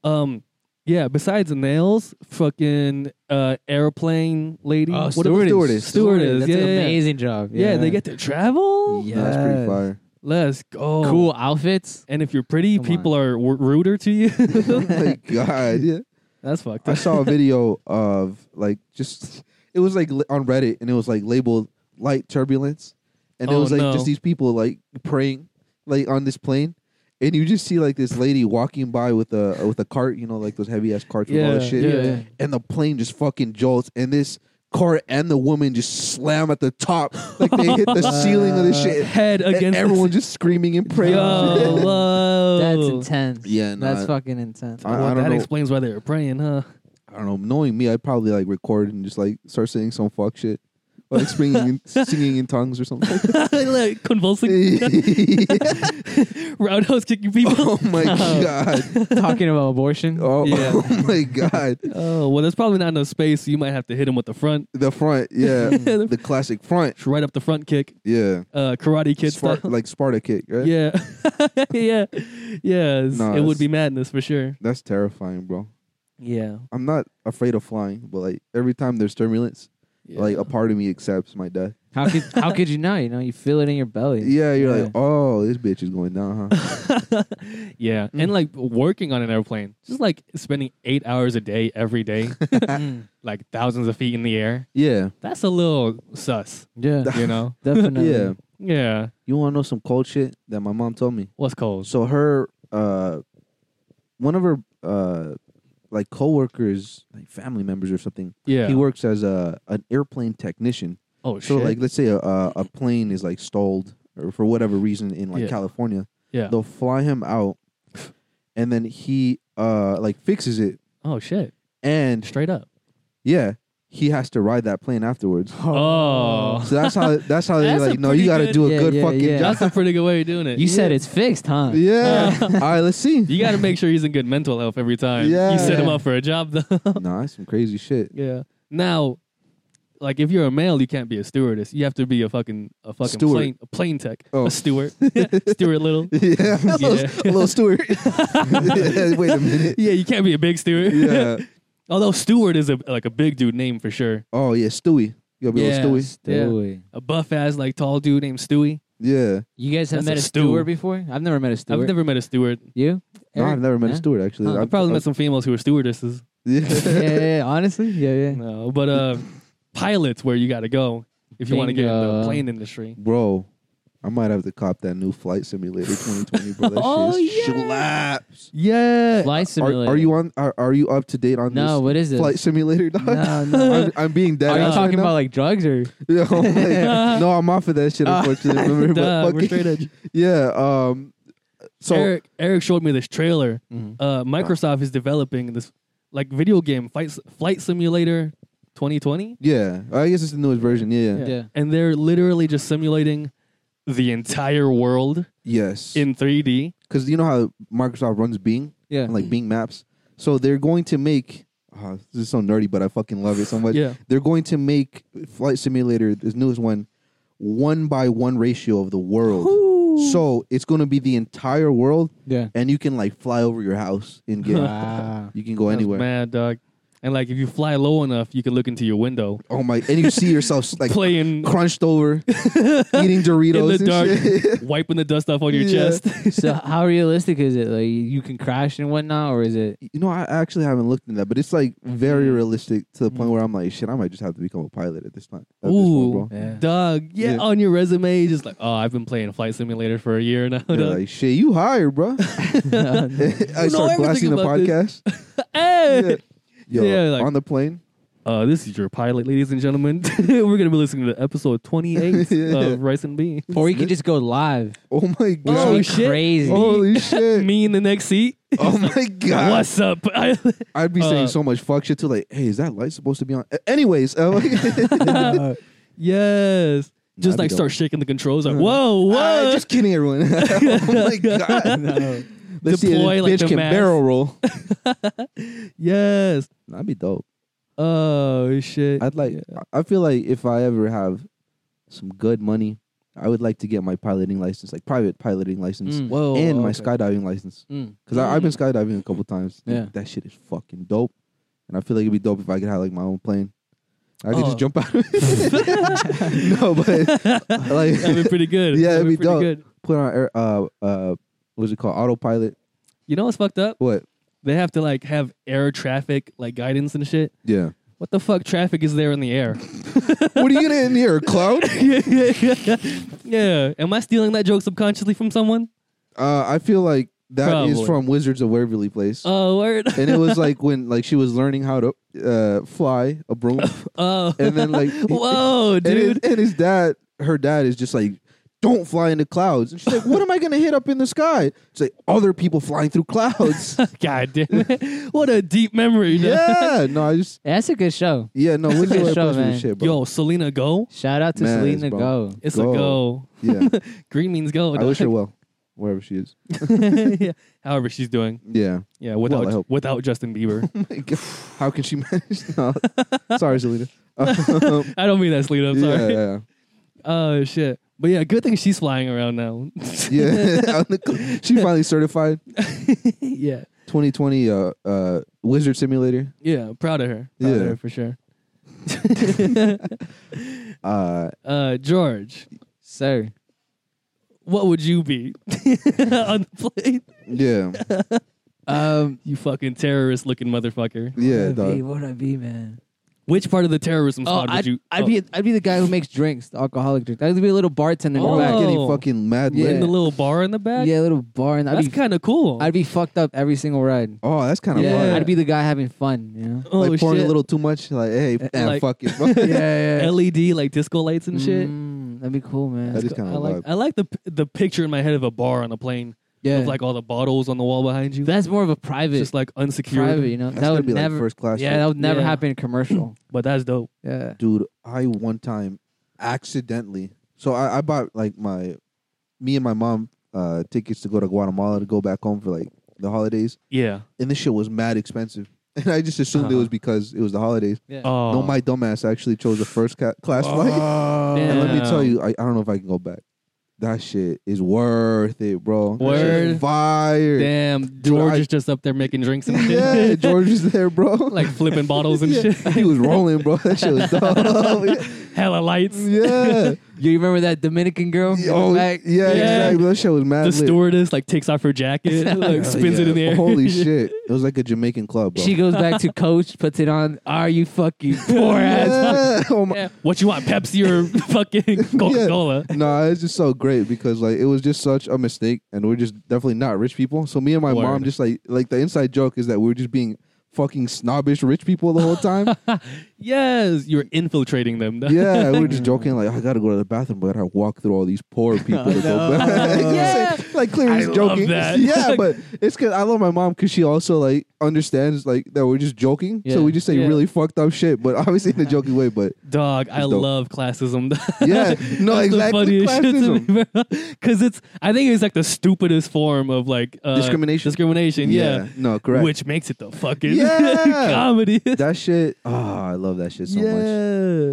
Speaker 2: Um, yeah. Besides the nails, fucking uh, airplane lady.
Speaker 3: Oh,
Speaker 2: What
Speaker 1: Uh, Stewardess.
Speaker 2: Stewardess. Stewardess.
Speaker 3: That's
Speaker 2: yeah,
Speaker 3: an
Speaker 2: yeah, yeah.
Speaker 3: amazing job.
Speaker 2: Yeah, they get to travel.
Speaker 3: Yeah.
Speaker 1: No, that's pretty
Speaker 3: Yes.
Speaker 1: fire.
Speaker 2: Let's go.
Speaker 3: cool outfits.
Speaker 2: And if you're pretty,
Speaker 3: Come
Speaker 2: people are w- ruder to you.
Speaker 1: oh my god. Yeah.
Speaker 2: That's fucked.
Speaker 1: I
Speaker 2: Up.
Speaker 1: saw a video of like just it was like li- on Reddit and it was like labeled light turbulence, and it
Speaker 2: Oh,
Speaker 1: was like
Speaker 2: no.
Speaker 1: just these people like praying like on this plane, and you just see like this lady walking by with a uh, with a cart, you know, like those heavy ass carts with all that shit,
Speaker 2: yeah, yeah.
Speaker 1: and the plane just fucking jolts, and this cart and the woman just slam at the top, like they hit the ceiling of this Oh, shit.
Speaker 2: Uh,
Speaker 1: E,
Speaker 2: Head
Speaker 1: and
Speaker 2: against the
Speaker 1: everyone just screaming and praying.
Speaker 2: Yo, whoa.
Speaker 4: That's intense.
Speaker 1: Yeah, no,
Speaker 4: that's
Speaker 1: I-
Speaker 4: fucking intense.
Speaker 1: I, I
Speaker 2: Well,
Speaker 1: don't
Speaker 2: that
Speaker 1: know.
Speaker 2: explains why they were praying, huh?
Speaker 1: I don't know. Knowing me, I'd probably like record and just like start saying some fuck shit, or like singing in, singing in tongues or something.
Speaker 2: like convulsing,
Speaker 1: oh
Speaker 2: roundhouse kicking people.
Speaker 1: my god!
Speaker 3: talking about abortion.
Speaker 1: Oh,
Speaker 2: Oh. Yeah.
Speaker 1: oh my god!
Speaker 2: Oh well, there's probably not enough space. So you might have to hit him with the front,
Speaker 1: The front, yeah, the classic front,
Speaker 2: right up the front kick,
Speaker 1: yeah,
Speaker 2: uh, karate kid
Speaker 1: Spar-
Speaker 2: style.
Speaker 1: like Sparta kick, right?
Speaker 2: yeah, yeah, yeah. it's-
Speaker 1: Nah,
Speaker 2: it
Speaker 1: it's-
Speaker 2: would be madness for sure.
Speaker 1: That's terrifying, bro.
Speaker 2: Yeah,
Speaker 1: I'm not afraid of flying, but like every time there's turbulence, like a part of me accepts my death.
Speaker 4: How could how could you know? You know, you feel it in your belly.
Speaker 1: Yeah, you're
Speaker 4: Yeah.
Speaker 1: like, oh, this bitch is going down, huh?
Speaker 2: yeah,
Speaker 1: mm.
Speaker 2: and like working on an airplane, just like spending eight hours a day every day,
Speaker 4: Mm,
Speaker 2: like thousands of feet in the air.
Speaker 1: yeah,
Speaker 2: That's a little sus,
Speaker 4: yeah,
Speaker 2: you know?
Speaker 4: definitely.
Speaker 1: yeah.
Speaker 2: yeah,
Speaker 1: You want to know some cold shit that my mom told me?
Speaker 2: what's cold?
Speaker 1: So her uh one of her uh like coworkers, like family members or something.
Speaker 2: Yeah.
Speaker 1: He works as a an airplane technician.
Speaker 2: oh
Speaker 1: So
Speaker 2: shit.
Speaker 1: like let's say a a a plane is like stalled or for whatever reason in like
Speaker 2: Yeah.
Speaker 1: California.
Speaker 2: yeah.
Speaker 1: They'll fly him out and then he uh like fixes it
Speaker 2: Oh shit.
Speaker 1: and
Speaker 2: Straight up.
Speaker 1: yeah, he has to ride that plane afterwards.
Speaker 2: Oh.
Speaker 1: So that's how that's how they
Speaker 2: That's a
Speaker 1: like no, you
Speaker 2: pretty
Speaker 1: got to
Speaker 2: good-
Speaker 1: do a
Speaker 4: Yeah,
Speaker 1: good
Speaker 4: yeah,
Speaker 1: fucking
Speaker 4: yeah.
Speaker 1: job.
Speaker 2: That's a pretty good way of doing it.
Speaker 4: You said it's fixed, huh?
Speaker 1: Yeah.
Speaker 2: Uh.
Speaker 1: All right, let's see.
Speaker 2: You got to make sure he's in good mental health every time.
Speaker 1: Yeah.
Speaker 2: You set him
Speaker 4: Yeah.
Speaker 2: up for a job though.
Speaker 1: nah, that's some crazy shit.
Speaker 2: yeah. Now, like if you're a male, you can't be a stewardess. You have to be a fucking a fucking
Speaker 1: Steward.
Speaker 2: plane a plane tech.
Speaker 1: Oh.
Speaker 2: A steward. Stewart Little.
Speaker 1: Yeah, a little, a
Speaker 2: Yeah.
Speaker 1: little Stewart. Yeah, wait a minute.
Speaker 2: Yeah, you can't be a big steward.
Speaker 1: Yeah.
Speaker 2: Although Stewart is a like a big dude name for sure.
Speaker 1: Oh yeah, Stewie. You gotta be a little Stewie.
Speaker 2: Yeah.
Speaker 4: Stewie.
Speaker 2: A buff ass like tall dude named Stewie.
Speaker 1: Yeah.
Speaker 4: You guys have met
Speaker 2: That's a
Speaker 4: a
Speaker 2: stew.
Speaker 4: steward before? I've never met a steward.
Speaker 2: I've never met a steward.
Speaker 4: You?
Speaker 1: No, I've
Speaker 4: Eric?
Speaker 1: never met a
Speaker 4: Yeah.
Speaker 1: Stewart actually.
Speaker 2: I
Speaker 1: I've-
Speaker 2: probably met
Speaker 1: I've-
Speaker 2: some females who were stewardesses.
Speaker 1: Yeah.
Speaker 4: yeah, yeah, yeah, honestly, yeah, yeah.
Speaker 2: No, but uh, pilots where you got to go if you want to get in the
Speaker 1: uh,
Speaker 4: Bingo.
Speaker 2: plane industry.
Speaker 1: Bro, I might have to cop that new flight simulator 2020. Bro, that
Speaker 2: Oh,
Speaker 1: shit
Speaker 2: yeah.
Speaker 1: slaps.
Speaker 2: Yeah.
Speaker 4: Flight
Speaker 1: Are,
Speaker 4: simulator.
Speaker 1: are you on? Are, are you up to date on
Speaker 4: No, what is
Speaker 1: this
Speaker 4: it?
Speaker 1: flight simulator? Dog?
Speaker 4: No, no.
Speaker 1: I'm, I'm being dead.
Speaker 4: Are you
Speaker 1: ass right
Speaker 4: talking
Speaker 1: now.
Speaker 4: about like drugs or?
Speaker 1: Yeah, I'm like, no, I'm off of that shit.
Speaker 4: Ah.
Speaker 1: Unfortunately, remember? But
Speaker 2: Duh, we're
Speaker 1: fucking-
Speaker 2: straight edge.
Speaker 1: Yeah. Um. So Mm-hmm.
Speaker 2: Eric Eric showed me this trailer.
Speaker 4: Mhm.
Speaker 2: Uh, Microsoft is developing this like video game fight flight simulator 2020,
Speaker 1: yeah, I guess it's the newest version. Yeah.
Speaker 4: Yeah.
Speaker 2: and they're literally just simulating the entire world
Speaker 1: Yes.
Speaker 2: in 3D.
Speaker 1: because you know how Microsoft runs Bing,
Speaker 4: Yeah.
Speaker 1: and, like Bing Maps. So they're going to make. ah, this is so nerdy, but I fucking love it so much.
Speaker 2: Yeah.
Speaker 1: They're going to make Flight Simulator, this newest one, one by one ratio of the world. So it's going to be the entire world,
Speaker 4: Yeah.
Speaker 1: and you can like fly over your house in game.
Speaker 4: Wow.
Speaker 1: You can go
Speaker 2: That's
Speaker 1: anywhere.
Speaker 2: mad dog. And like if you fly low enough, you can look into your window
Speaker 1: Oh my! And you see yourself like
Speaker 2: playing
Speaker 1: crunched over, eating
Speaker 2: in the
Speaker 1: Doritos. and shit.
Speaker 2: dark, wiping the dust off on your
Speaker 1: Yeah.
Speaker 2: chest.
Speaker 4: so how realistic is it? Like you can crash and whatnot, or is it?
Speaker 1: You know, I actually haven't looked into that, but it's like very realistic to the point where I'm like, shit, I might just have to become a pilot at this time. at this point,
Speaker 2: Mm. Ooh,
Speaker 1: bro.
Speaker 4: Yeah.
Speaker 2: dog. Yeah,
Speaker 1: Yeah.
Speaker 2: on your resume, just like, oh, I've been playing Flight Simulator for a year now.
Speaker 1: They're
Speaker 2: dog.
Speaker 1: like, shit, you hired, bro. I
Speaker 2: You know
Speaker 1: start blasting
Speaker 2: everything
Speaker 1: the
Speaker 2: about
Speaker 1: podcast.
Speaker 2: hey!
Speaker 1: Yo,
Speaker 2: Yeah, like-
Speaker 1: on the plane.
Speaker 2: Uh, this is your pilot, ladies and gentlemen. We're gonna be listening to episode 28
Speaker 1: Yeah.
Speaker 2: of Rice and Beans.
Speaker 4: or you can just go live.
Speaker 1: Oh my
Speaker 2: Oh,
Speaker 1: god.
Speaker 4: That'd be
Speaker 2: shit.
Speaker 4: Crazy.
Speaker 1: Holy shit.
Speaker 2: Me in the next seat.
Speaker 1: oh my god.
Speaker 2: What's up?
Speaker 1: I'd be saying
Speaker 2: Uh,
Speaker 1: so much fuck shit too. Like, hey, is that light supposed to be on? A- Anyways, uh,
Speaker 3: Oh.
Speaker 2: yes. Just
Speaker 1: be
Speaker 2: like
Speaker 1: dope.
Speaker 2: start shaking the controls. Like, whoa, whoa.
Speaker 1: uh, just kidding, everyone. oh my god. Let's see if
Speaker 2: Deploy
Speaker 1: this
Speaker 2: like
Speaker 1: bitch
Speaker 2: the
Speaker 1: can
Speaker 2: mass.
Speaker 1: barrel roll.
Speaker 2: yes.
Speaker 1: That'd be dope.
Speaker 2: Oh shit.
Speaker 1: I'd like. I I feel like if I ever have some good money, I would like to get my piloting license, like private piloting license,
Speaker 4: Mm.
Speaker 2: whoa.
Speaker 1: and my
Speaker 2: Oh, okay.
Speaker 1: skydiving license.
Speaker 4: Mm.
Speaker 1: Because I've been skydiving a couple times. and
Speaker 4: Yeah.
Speaker 1: that shit is fucking dope. And I feel like it'd be dope if I could have like my own plane. I could
Speaker 2: Oh.
Speaker 1: just jump out. of it. no, but like
Speaker 2: That'd be pretty good.
Speaker 1: Yeah, it'd
Speaker 2: That'd
Speaker 1: be
Speaker 2: pretty
Speaker 1: dope.
Speaker 2: good.
Speaker 1: put on air, uh uh what was it called autopilot?
Speaker 2: You know what's fucked up?
Speaker 1: What?
Speaker 2: They have to like have air traffic like guidance and shit.
Speaker 1: Yeah.
Speaker 2: What the fuck traffic is there in the air?
Speaker 1: what are you gonna end here, a cloud?
Speaker 2: yeah, yeah, yeah. yeah. Am I stealing that joke subconsciously from someone?
Speaker 1: Uh, I feel like that is
Speaker 2: Probably.
Speaker 1: from Wizards of Waverly Place.
Speaker 2: Oh, word.
Speaker 1: and it was like when like she was learning how to uh, fly a broom,
Speaker 2: Oh.
Speaker 1: and then like
Speaker 2: Whoa,
Speaker 1: and, his,
Speaker 2: dude.
Speaker 1: and his dad, her dad is just like, "Don't fly into clouds." And she's like, "What am I gonna hit up in the sky?" It's like other people flying through clouds.
Speaker 2: God damn it. What a deep memory. dude.
Speaker 1: yeah, no, I just
Speaker 3: That's a good show.
Speaker 1: yeah, no,
Speaker 3: a
Speaker 1: Wizards of
Speaker 3: good
Speaker 1: Waverly
Speaker 3: show,
Speaker 1: Place was
Speaker 3: man.
Speaker 1: shit, bro.
Speaker 2: Yo, Selena, go.
Speaker 3: Shout out to
Speaker 1: Mad,
Speaker 3: Selena
Speaker 1: bro.
Speaker 3: Go.
Speaker 2: It's
Speaker 1: Go.
Speaker 2: a go.
Speaker 1: yeah,
Speaker 2: Green means go.
Speaker 1: I wish her
Speaker 2: dog.
Speaker 1: well, wherever she is.
Speaker 2: yeah. However, she's doing.
Speaker 1: Yeah,
Speaker 2: Yeah,
Speaker 1: I
Speaker 2: without
Speaker 1: hope.
Speaker 2: without Justin Bieber.
Speaker 1: how can she manage? No. Sorry, Selena.
Speaker 2: I don't mean that, Selena. I'm
Speaker 1: yeah,
Speaker 2: sorry.
Speaker 1: yeah,
Speaker 2: Oh shit. But yeah, good thing she's flying around now.
Speaker 1: yeah. yeah. she finally certified.
Speaker 2: yeah.
Speaker 1: 2020 uh, uh, Wizard Simulator.
Speaker 2: Yeah. Proud of her. Proud
Speaker 1: Yeah.
Speaker 2: of her for sure.
Speaker 1: Uh,
Speaker 2: uh George,
Speaker 3: Sir.
Speaker 2: what would you be on the plane?
Speaker 1: yeah,
Speaker 3: Um,
Speaker 2: You fucking terrorist looking motherfucker.
Speaker 1: yeah,
Speaker 3: what would I
Speaker 1: dog.
Speaker 3: be? What would I be, man?
Speaker 2: Which part of the terrorism
Speaker 3: Oh,
Speaker 2: squad would
Speaker 3: I'd,
Speaker 2: you
Speaker 3: I'd
Speaker 2: oh,
Speaker 3: be I'd be the guy who makes drinks, the alcoholic drinks. I'd be a little bartender. in the
Speaker 1: Oh,
Speaker 3: back.
Speaker 1: like getting
Speaker 2: Oh.
Speaker 1: fucking mad
Speaker 3: Yeah.
Speaker 1: lit.
Speaker 2: in the little bar in the back?
Speaker 3: Yeah, a little bar, and I'd
Speaker 2: That's
Speaker 3: be
Speaker 2: kinda cool.
Speaker 3: I'd be fucked up every single ride.
Speaker 1: Oh, that's kind of
Speaker 2: Yeah.
Speaker 1: fun.
Speaker 3: I'd be the guy having fun. You know.
Speaker 2: oh,
Speaker 1: like pouring
Speaker 2: shit.
Speaker 1: a little too much. Like, hey,
Speaker 2: Eh,
Speaker 1: eh,
Speaker 2: like-
Speaker 1: fuck it. bro.
Speaker 3: yeah,
Speaker 2: LED E like disco lights and shit.
Speaker 3: Mm, that'd be cool, man.
Speaker 1: That is kind
Speaker 2: I
Speaker 1: of
Speaker 2: like
Speaker 1: vibe.
Speaker 2: I like the the picture in my head of a bar on a plane
Speaker 3: yeah,
Speaker 2: with like all the bottles on the wall behind you.
Speaker 3: that's more of a private,
Speaker 2: just like unsecured.
Speaker 3: private. You know,
Speaker 1: That's
Speaker 3: that
Speaker 1: gonna
Speaker 3: would
Speaker 1: be like
Speaker 3: never.
Speaker 1: first class.
Speaker 3: yeah,
Speaker 1: shit.
Speaker 3: that would never
Speaker 2: Yeah.
Speaker 3: happen in commercial.
Speaker 2: But that's dope.
Speaker 3: Yeah.
Speaker 1: dude. I one time accidentally. So I, I bought like my, me and my mom uh, tickets to go to Guatemala to go back home for like the holidays,
Speaker 2: Yeah.
Speaker 1: and this shit was mad expensive. And I just assumed it
Speaker 2: Uh-huh.
Speaker 1: was because it was the holidays.
Speaker 2: Oh.
Speaker 1: No, my dumbass actually chose the first ca- class flight. And let me tell you, I, I don't know if I can go back. That shit is worth it, bro. That shit is
Speaker 2: Word.
Speaker 1: Fire.
Speaker 2: Damn, George
Speaker 1: I-
Speaker 2: is just up there making drinks and shit.
Speaker 1: Yeah, George is there, bro.
Speaker 2: like flipping bottles and
Speaker 1: Yeah,
Speaker 2: shit.
Speaker 1: He was rolling, bro. That shit was dope.
Speaker 2: Hella lights.
Speaker 1: yeah.
Speaker 3: You remember that Dominican girl?
Speaker 1: yeah. Oh, yeah,
Speaker 3: Like,
Speaker 1: exactly. That shit was mad lit.
Speaker 2: The stewardess like takes off her jacket, like spins it in the air.
Speaker 1: Holy shit. It was like a Jamaican club, bro.
Speaker 3: She goes back to coach, puts it on. Are you fucking poor ass?
Speaker 1: yeah. Oh my.
Speaker 2: Yeah. What you want, Pepsi or fucking Coca Cola?
Speaker 1: No, it's just so great because like it was just such a mistake, and we're just definitely not rich people. So me and my mom
Speaker 2: Word.
Speaker 1: just like like the inside joke is that we were just being fucking snobbish rich people the whole time.
Speaker 2: Yes, you're infiltrating them.
Speaker 1: yeah, we were just joking like I gotta go to the bathroom, but I gotta walk through all these poor people to go back.
Speaker 2: Yeah.
Speaker 1: like, like clearly
Speaker 2: I
Speaker 1: he's
Speaker 2: love
Speaker 1: joking.
Speaker 2: that.
Speaker 1: Yeah, but it's cause I love my mom because she also like understands like that we're just joking.
Speaker 3: Yeah.
Speaker 1: So we just say
Speaker 2: Yeah.
Speaker 1: really fucked up shit, but obviously in a joking way. But
Speaker 2: Dog, I
Speaker 1: dope.
Speaker 2: love classism.
Speaker 1: yeah, no,
Speaker 2: That's
Speaker 1: exactly.
Speaker 2: the funniest shit
Speaker 1: Classism.
Speaker 2: to me, Because it's, I think it's like the stupidest form of like uh,
Speaker 1: Discrimination?
Speaker 2: Discrimination, yeah.
Speaker 1: no, correct.
Speaker 2: Which makes it the fucking
Speaker 1: Yeah.
Speaker 2: comedy.
Speaker 1: that shit. Oh, I love that shit so much.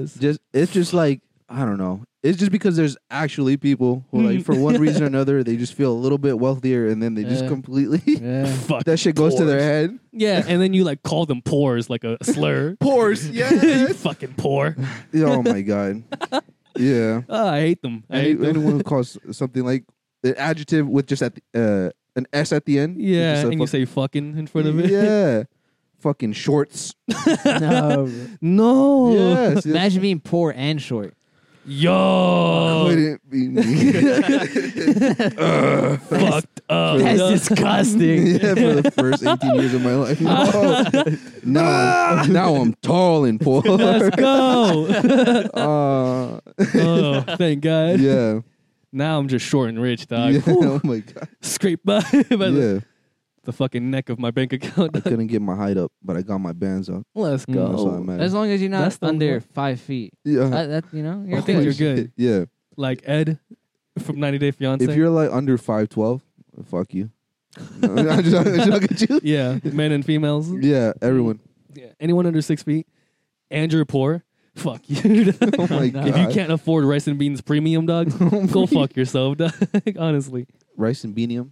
Speaker 2: yes.
Speaker 1: Just it's just like I don't know. It's just because there's actually people who like for one reason or another they just feel a little bit wealthier and then they just
Speaker 3: Yeah.
Speaker 1: completely
Speaker 3: Yeah.
Speaker 2: Fuck.
Speaker 1: that shit goes to their
Speaker 2: poors.
Speaker 1: head.
Speaker 2: Yeah, and then you like call them pores like a slur.
Speaker 1: Pores,
Speaker 2: you
Speaker 1: yes.
Speaker 2: fucking poor.
Speaker 1: oh my god. Yeah.
Speaker 2: Oh, I hate them. I hate
Speaker 1: Any,
Speaker 2: them.
Speaker 1: anyone who calls something like an adjective with just at the, uh, an s at the end. you
Speaker 2: Yeah,
Speaker 1: just
Speaker 2: and you
Speaker 1: fuck-
Speaker 2: say fucking in front of it.
Speaker 1: Yeah. Fucking shorts.
Speaker 3: no.
Speaker 2: No.
Speaker 1: Yes. yes.
Speaker 3: Imagine being poor and short.
Speaker 2: Yo.
Speaker 1: Couldn't be me.
Speaker 2: Fucked up.
Speaker 3: That's
Speaker 2: dog.
Speaker 3: disgusting.
Speaker 1: yeah, for the first 18 years of my life.
Speaker 2: Oh.
Speaker 1: No. now, I'm, now I'm tall and poor.
Speaker 2: Let's go.
Speaker 1: Uh,
Speaker 2: oh, thank God.
Speaker 1: yeah.
Speaker 2: Now I'm just short and rich, dog.
Speaker 1: yeah.
Speaker 2: Whew.
Speaker 1: Oh my god.
Speaker 2: Scrape by, by the,
Speaker 1: Yeah.
Speaker 2: the fucking neck of my bank account.
Speaker 1: I
Speaker 2: dog.
Speaker 1: couldn't get my height up, but I got my bands up.
Speaker 2: Let's
Speaker 3: Mm.
Speaker 2: go.
Speaker 1: That's all that matters.
Speaker 3: As long as you're not
Speaker 2: That's the
Speaker 3: under
Speaker 2: one.
Speaker 3: five feet.
Speaker 1: Yeah.
Speaker 3: That, that, you know, you're
Speaker 2: I think
Speaker 3: good.
Speaker 2: you're good.
Speaker 1: Yeah.
Speaker 2: Like Ed from 90 Day Fiance.
Speaker 1: If you're like under five twelve, fuck you. No, I'm just I'm just joking at you.
Speaker 2: yeah, men and females.
Speaker 1: Yeah, everyone.
Speaker 2: Yeah. Anyone under six feet and you're poor, fuck you.
Speaker 1: Oh my god.
Speaker 2: If you can't afford rice and beans premium, dog,
Speaker 1: Oh
Speaker 2: go fuck yourself, dog. Honestly.
Speaker 1: rice and beanium.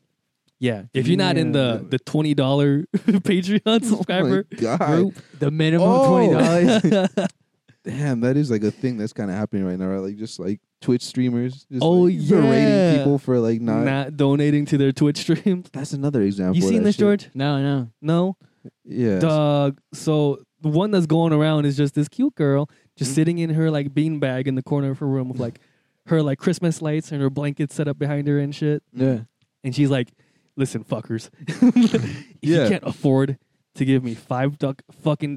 Speaker 2: Yeah. If you're not in the, the $20 Patreon subscriber
Speaker 1: Oh my god.
Speaker 2: group,
Speaker 3: The minimum
Speaker 1: Oh.
Speaker 3: twenty dollars.
Speaker 1: Damn, that is like a thing that's kind of happening right now, right? Like just like Twitch streamers. Just
Speaker 2: Oh,
Speaker 1: like, berating
Speaker 2: yeah.
Speaker 1: people for like not.
Speaker 2: not, donating to their Twitch streams.
Speaker 1: That's another example.
Speaker 2: You
Speaker 1: of
Speaker 2: seen
Speaker 1: that
Speaker 2: this,
Speaker 1: shit.
Speaker 2: George?
Speaker 3: No, no.
Speaker 2: No.
Speaker 1: Yeah.
Speaker 2: Dog. So the one that's going around is just this cute girl just
Speaker 1: Mhm.
Speaker 2: sitting in her like beanbag in the corner of her room with like her like Christmas lights and her blankets set up behind her and shit.
Speaker 1: Yeah.
Speaker 2: And she's like, "Listen, fuckers, if
Speaker 1: Yeah.
Speaker 2: you can't afford to give me five duck fucking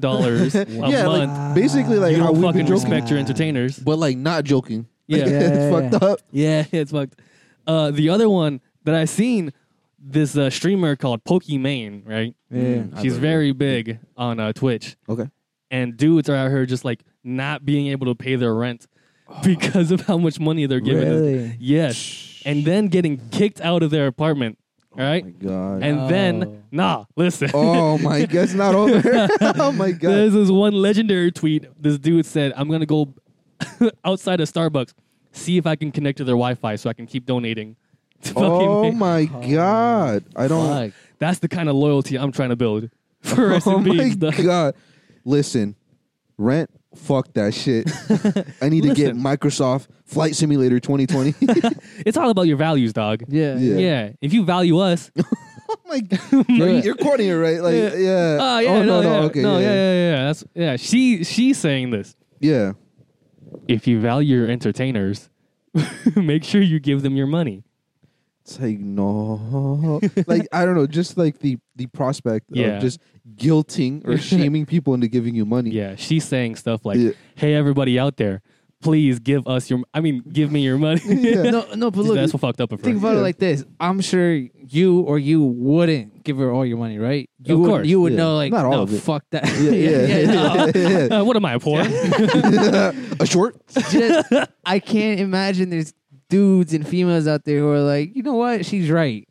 Speaker 2: dollars a
Speaker 1: yeah,
Speaker 2: month,
Speaker 1: like basically like
Speaker 2: you
Speaker 1: how
Speaker 2: don't
Speaker 1: we
Speaker 2: fucking
Speaker 1: joking,
Speaker 2: respect your entertainers."
Speaker 1: but like not joking.
Speaker 2: Yeah.
Speaker 1: Like, it's
Speaker 3: Yeah, yeah,
Speaker 1: fucked up.
Speaker 2: Yeah, it's fucked. Uh, the other one that I seen this uh, streamer called Pokimane, right?
Speaker 3: Yeah.
Speaker 1: I've
Speaker 2: She's
Speaker 1: heard of
Speaker 2: very big on uh, Twitch,
Speaker 1: Okay.
Speaker 2: and dudes are out here just like not being able to pay their rent because of how much money they're giving. us.
Speaker 3: Really?
Speaker 2: Yes, and then getting kicked out of their apartment. All right,
Speaker 1: Oh My God.
Speaker 2: and
Speaker 3: Oh.
Speaker 2: then nah, listen.
Speaker 1: oh my God, it's not over. oh my God.
Speaker 2: There's this one legendary tweet. This dude said, "I'm gonna go outside of Starbucks, see if I can connect to their Wi-Fi, so I can keep donating." to fucking
Speaker 1: Oh
Speaker 2: me."
Speaker 1: my God. I don't.
Speaker 3: Fuck.
Speaker 2: That's the kind of loyalty I'm trying to build for us
Speaker 1: Oh
Speaker 2: and
Speaker 1: my
Speaker 2: beings, dog.
Speaker 1: God. Listen, rent. Fuck that shit. I need to get
Speaker 2: Listen.
Speaker 1: Microsoft Flight Simulator 2020.
Speaker 2: It's all about your values, dog.
Speaker 3: Yeah.
Speaker 1: Yeah.
Speaker 2: Yeah. If you value us,
Speaker 1: oh my God. You're, you're quoting it right. Like yeah.
Speaker 2: oh yeah,
Speaker 1: Uh, no,
Speaker 2: no, yeah,
Speaker 1: okay.
Speaker 2: no, yeah,
Speaker 1: yeah.
Speaker 2: yeah, yeah, yeah. That's yeah. She she's saying this.
Speaker 1: Yeah.
Speaker 2: If you value your entertainers, make sure you give them your money.
Speaker 1: It's like no, like I don't know, just like the the prospect
Speaker 2: Yeah.
Speaker 1: of just guilting or shaming people into giving you money.
Speaker 2: Yeah, she's saying stuff like,
Speaker 1: Yeah.
Speaker 2: "Hey, everybody out there, please give us your. I mean, give me your money."
Speaker 1: Yeah.
Speaker 3: No, no, but look,
Speaker 2: That's what fucked up at
Speaker 3: think
Speaker 2: first.
Speaker 3: about
Speaker 1: Yeah.
Speaker 3: it like this. I'm sure you or you wouldn't give her all your money, right? You
Speaker 2: Of
Speaker 3: would,
Speaker 2: course.
Speaker 3: You would
Speaker 1: Yeah.
Speaker 3: know, like,
Speaker 1: Not all
Speaker 3: no,
Speaker 1: of it.
Speaker 3: fuck that.
Speaker 1: yeah, yeah, yeah, yeah,
Speaker 2: Uh, what am I poor?
Speaker 1: yeah. a short.
Speaker 3: Just- I can't imagine there's dudes and females out there who are like, you know what? She's right.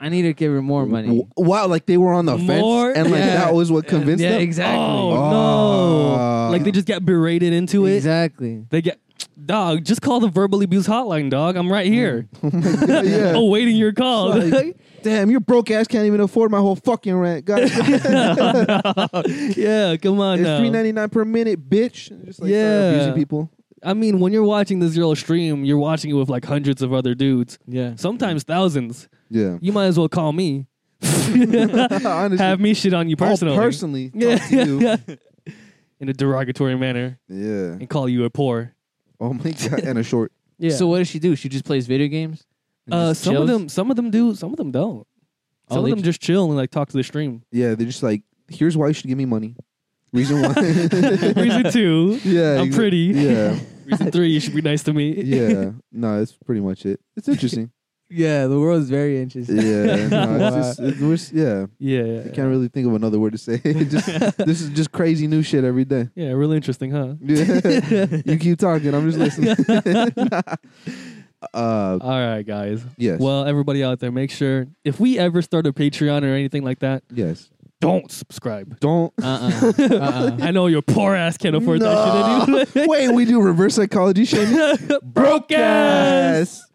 Speaker 3: I need to give her more money.
Speaker 1: W- Wow, like they were on the
Speaker 2: More?
Speaker 1: fence, and like
Speaker 3: Yeah.
Speaker 1: that was what convinced
Speaker 3: yeah,
Speaker 1: them.
Speaker 3: exactly.
Speaker 2: Oh,
Speaker 1: Oh.
Speaker 2: no! Like they just got berated into it.
Speaker 3: Exactly.
Speaker 2: They get dog. Just call the verbal abuse hotline, dog. I'm right here,
Speaker 1: yeah.
Speaker 2: awaiting your call.
Speaker 1: Mm. Like, damn, your broke ass can't even afford my whole fucking rent. God, it's
Speaker 2: yeah, come on. now.
Speaker 1: three ninety nine per minute, bitch. And just like start
Speaker 2: Yeah.
Speaker 1: abusing people.
Speaker 2: I mean, when you're watching this girl stream, you're watching it with like hundreds of other dudes,
Speaker 3: Yeah.
Speaker 2: sometimes thousands.
Speaker 1: Yeah,
Speaker 2: You might as well call me.
Speaker 1: honestly,
Speaker 2: Have me shit on you personally,
Speaker 1: I'll personally.
Speaker 2: Yeah.
Speaker 1: talk to you.
Speaker 2: in a derogatory manner,
Speaker 1: yeah.
Speaker 2: and call you a poor.
Speaker 1: Oh my god, and a short.
Speaker 2: Yeah.
Speaker 3: So what does she do? She just plays video games. And
Speaker 2: uh,
Speaker 3: just
Speaker 2: some of
Speaker 3: chills?
Speaker 2: them, some of them do, some of them don't.
Speaker 3: Oh,
Speaker 2: Some of
Speaker 3: they
Speaker 2: them just chill and like talk to the stream.
Speaker 1: Yeah, they're just like, here's why you should give me money. Reason why.
Speaker 2: Reason two,
Speaker 1: yeah.
Speaker 2: I'm
Speaker 1: exa-
Speaker 2: pretty.
Speaker 1: Yeah.
Speaker 2: Reason three, you should be nice to me.
Speaker 1: Yeah. No, that's pretty much it. It's interesting.
Speaker 3: Yeah, the world's very interesting.
Speaker 1: Yeah. No, it's just, it- we're s- yeah.
Speaker 2: yeah,
Speaker 1: I can't really think of another word to say. It just this is just crazy new shit every day.
Speaker 2: yeah, real interesting, huh?
Speaker 1: Yeah. you keep talking. I'm just listening. uh,
Speaker 2: All right, guys.
Speaker 1: yes.
Speaker 2: Well, everybody out there, make sure if we ever start a Patreon or anything like that,
Speaker 1: yes.
Speaker 2: don't subscribe.
Speaker 1: Don't.
Speaker 3: Uh uh-uh. uh.
Speaker 2: I know your poor ass can't afford that shit anyway.
Speaker 1: Wait, we do reverse psychology shaming.
Speaker 2: Broke ass.
Speaker 1: Yes.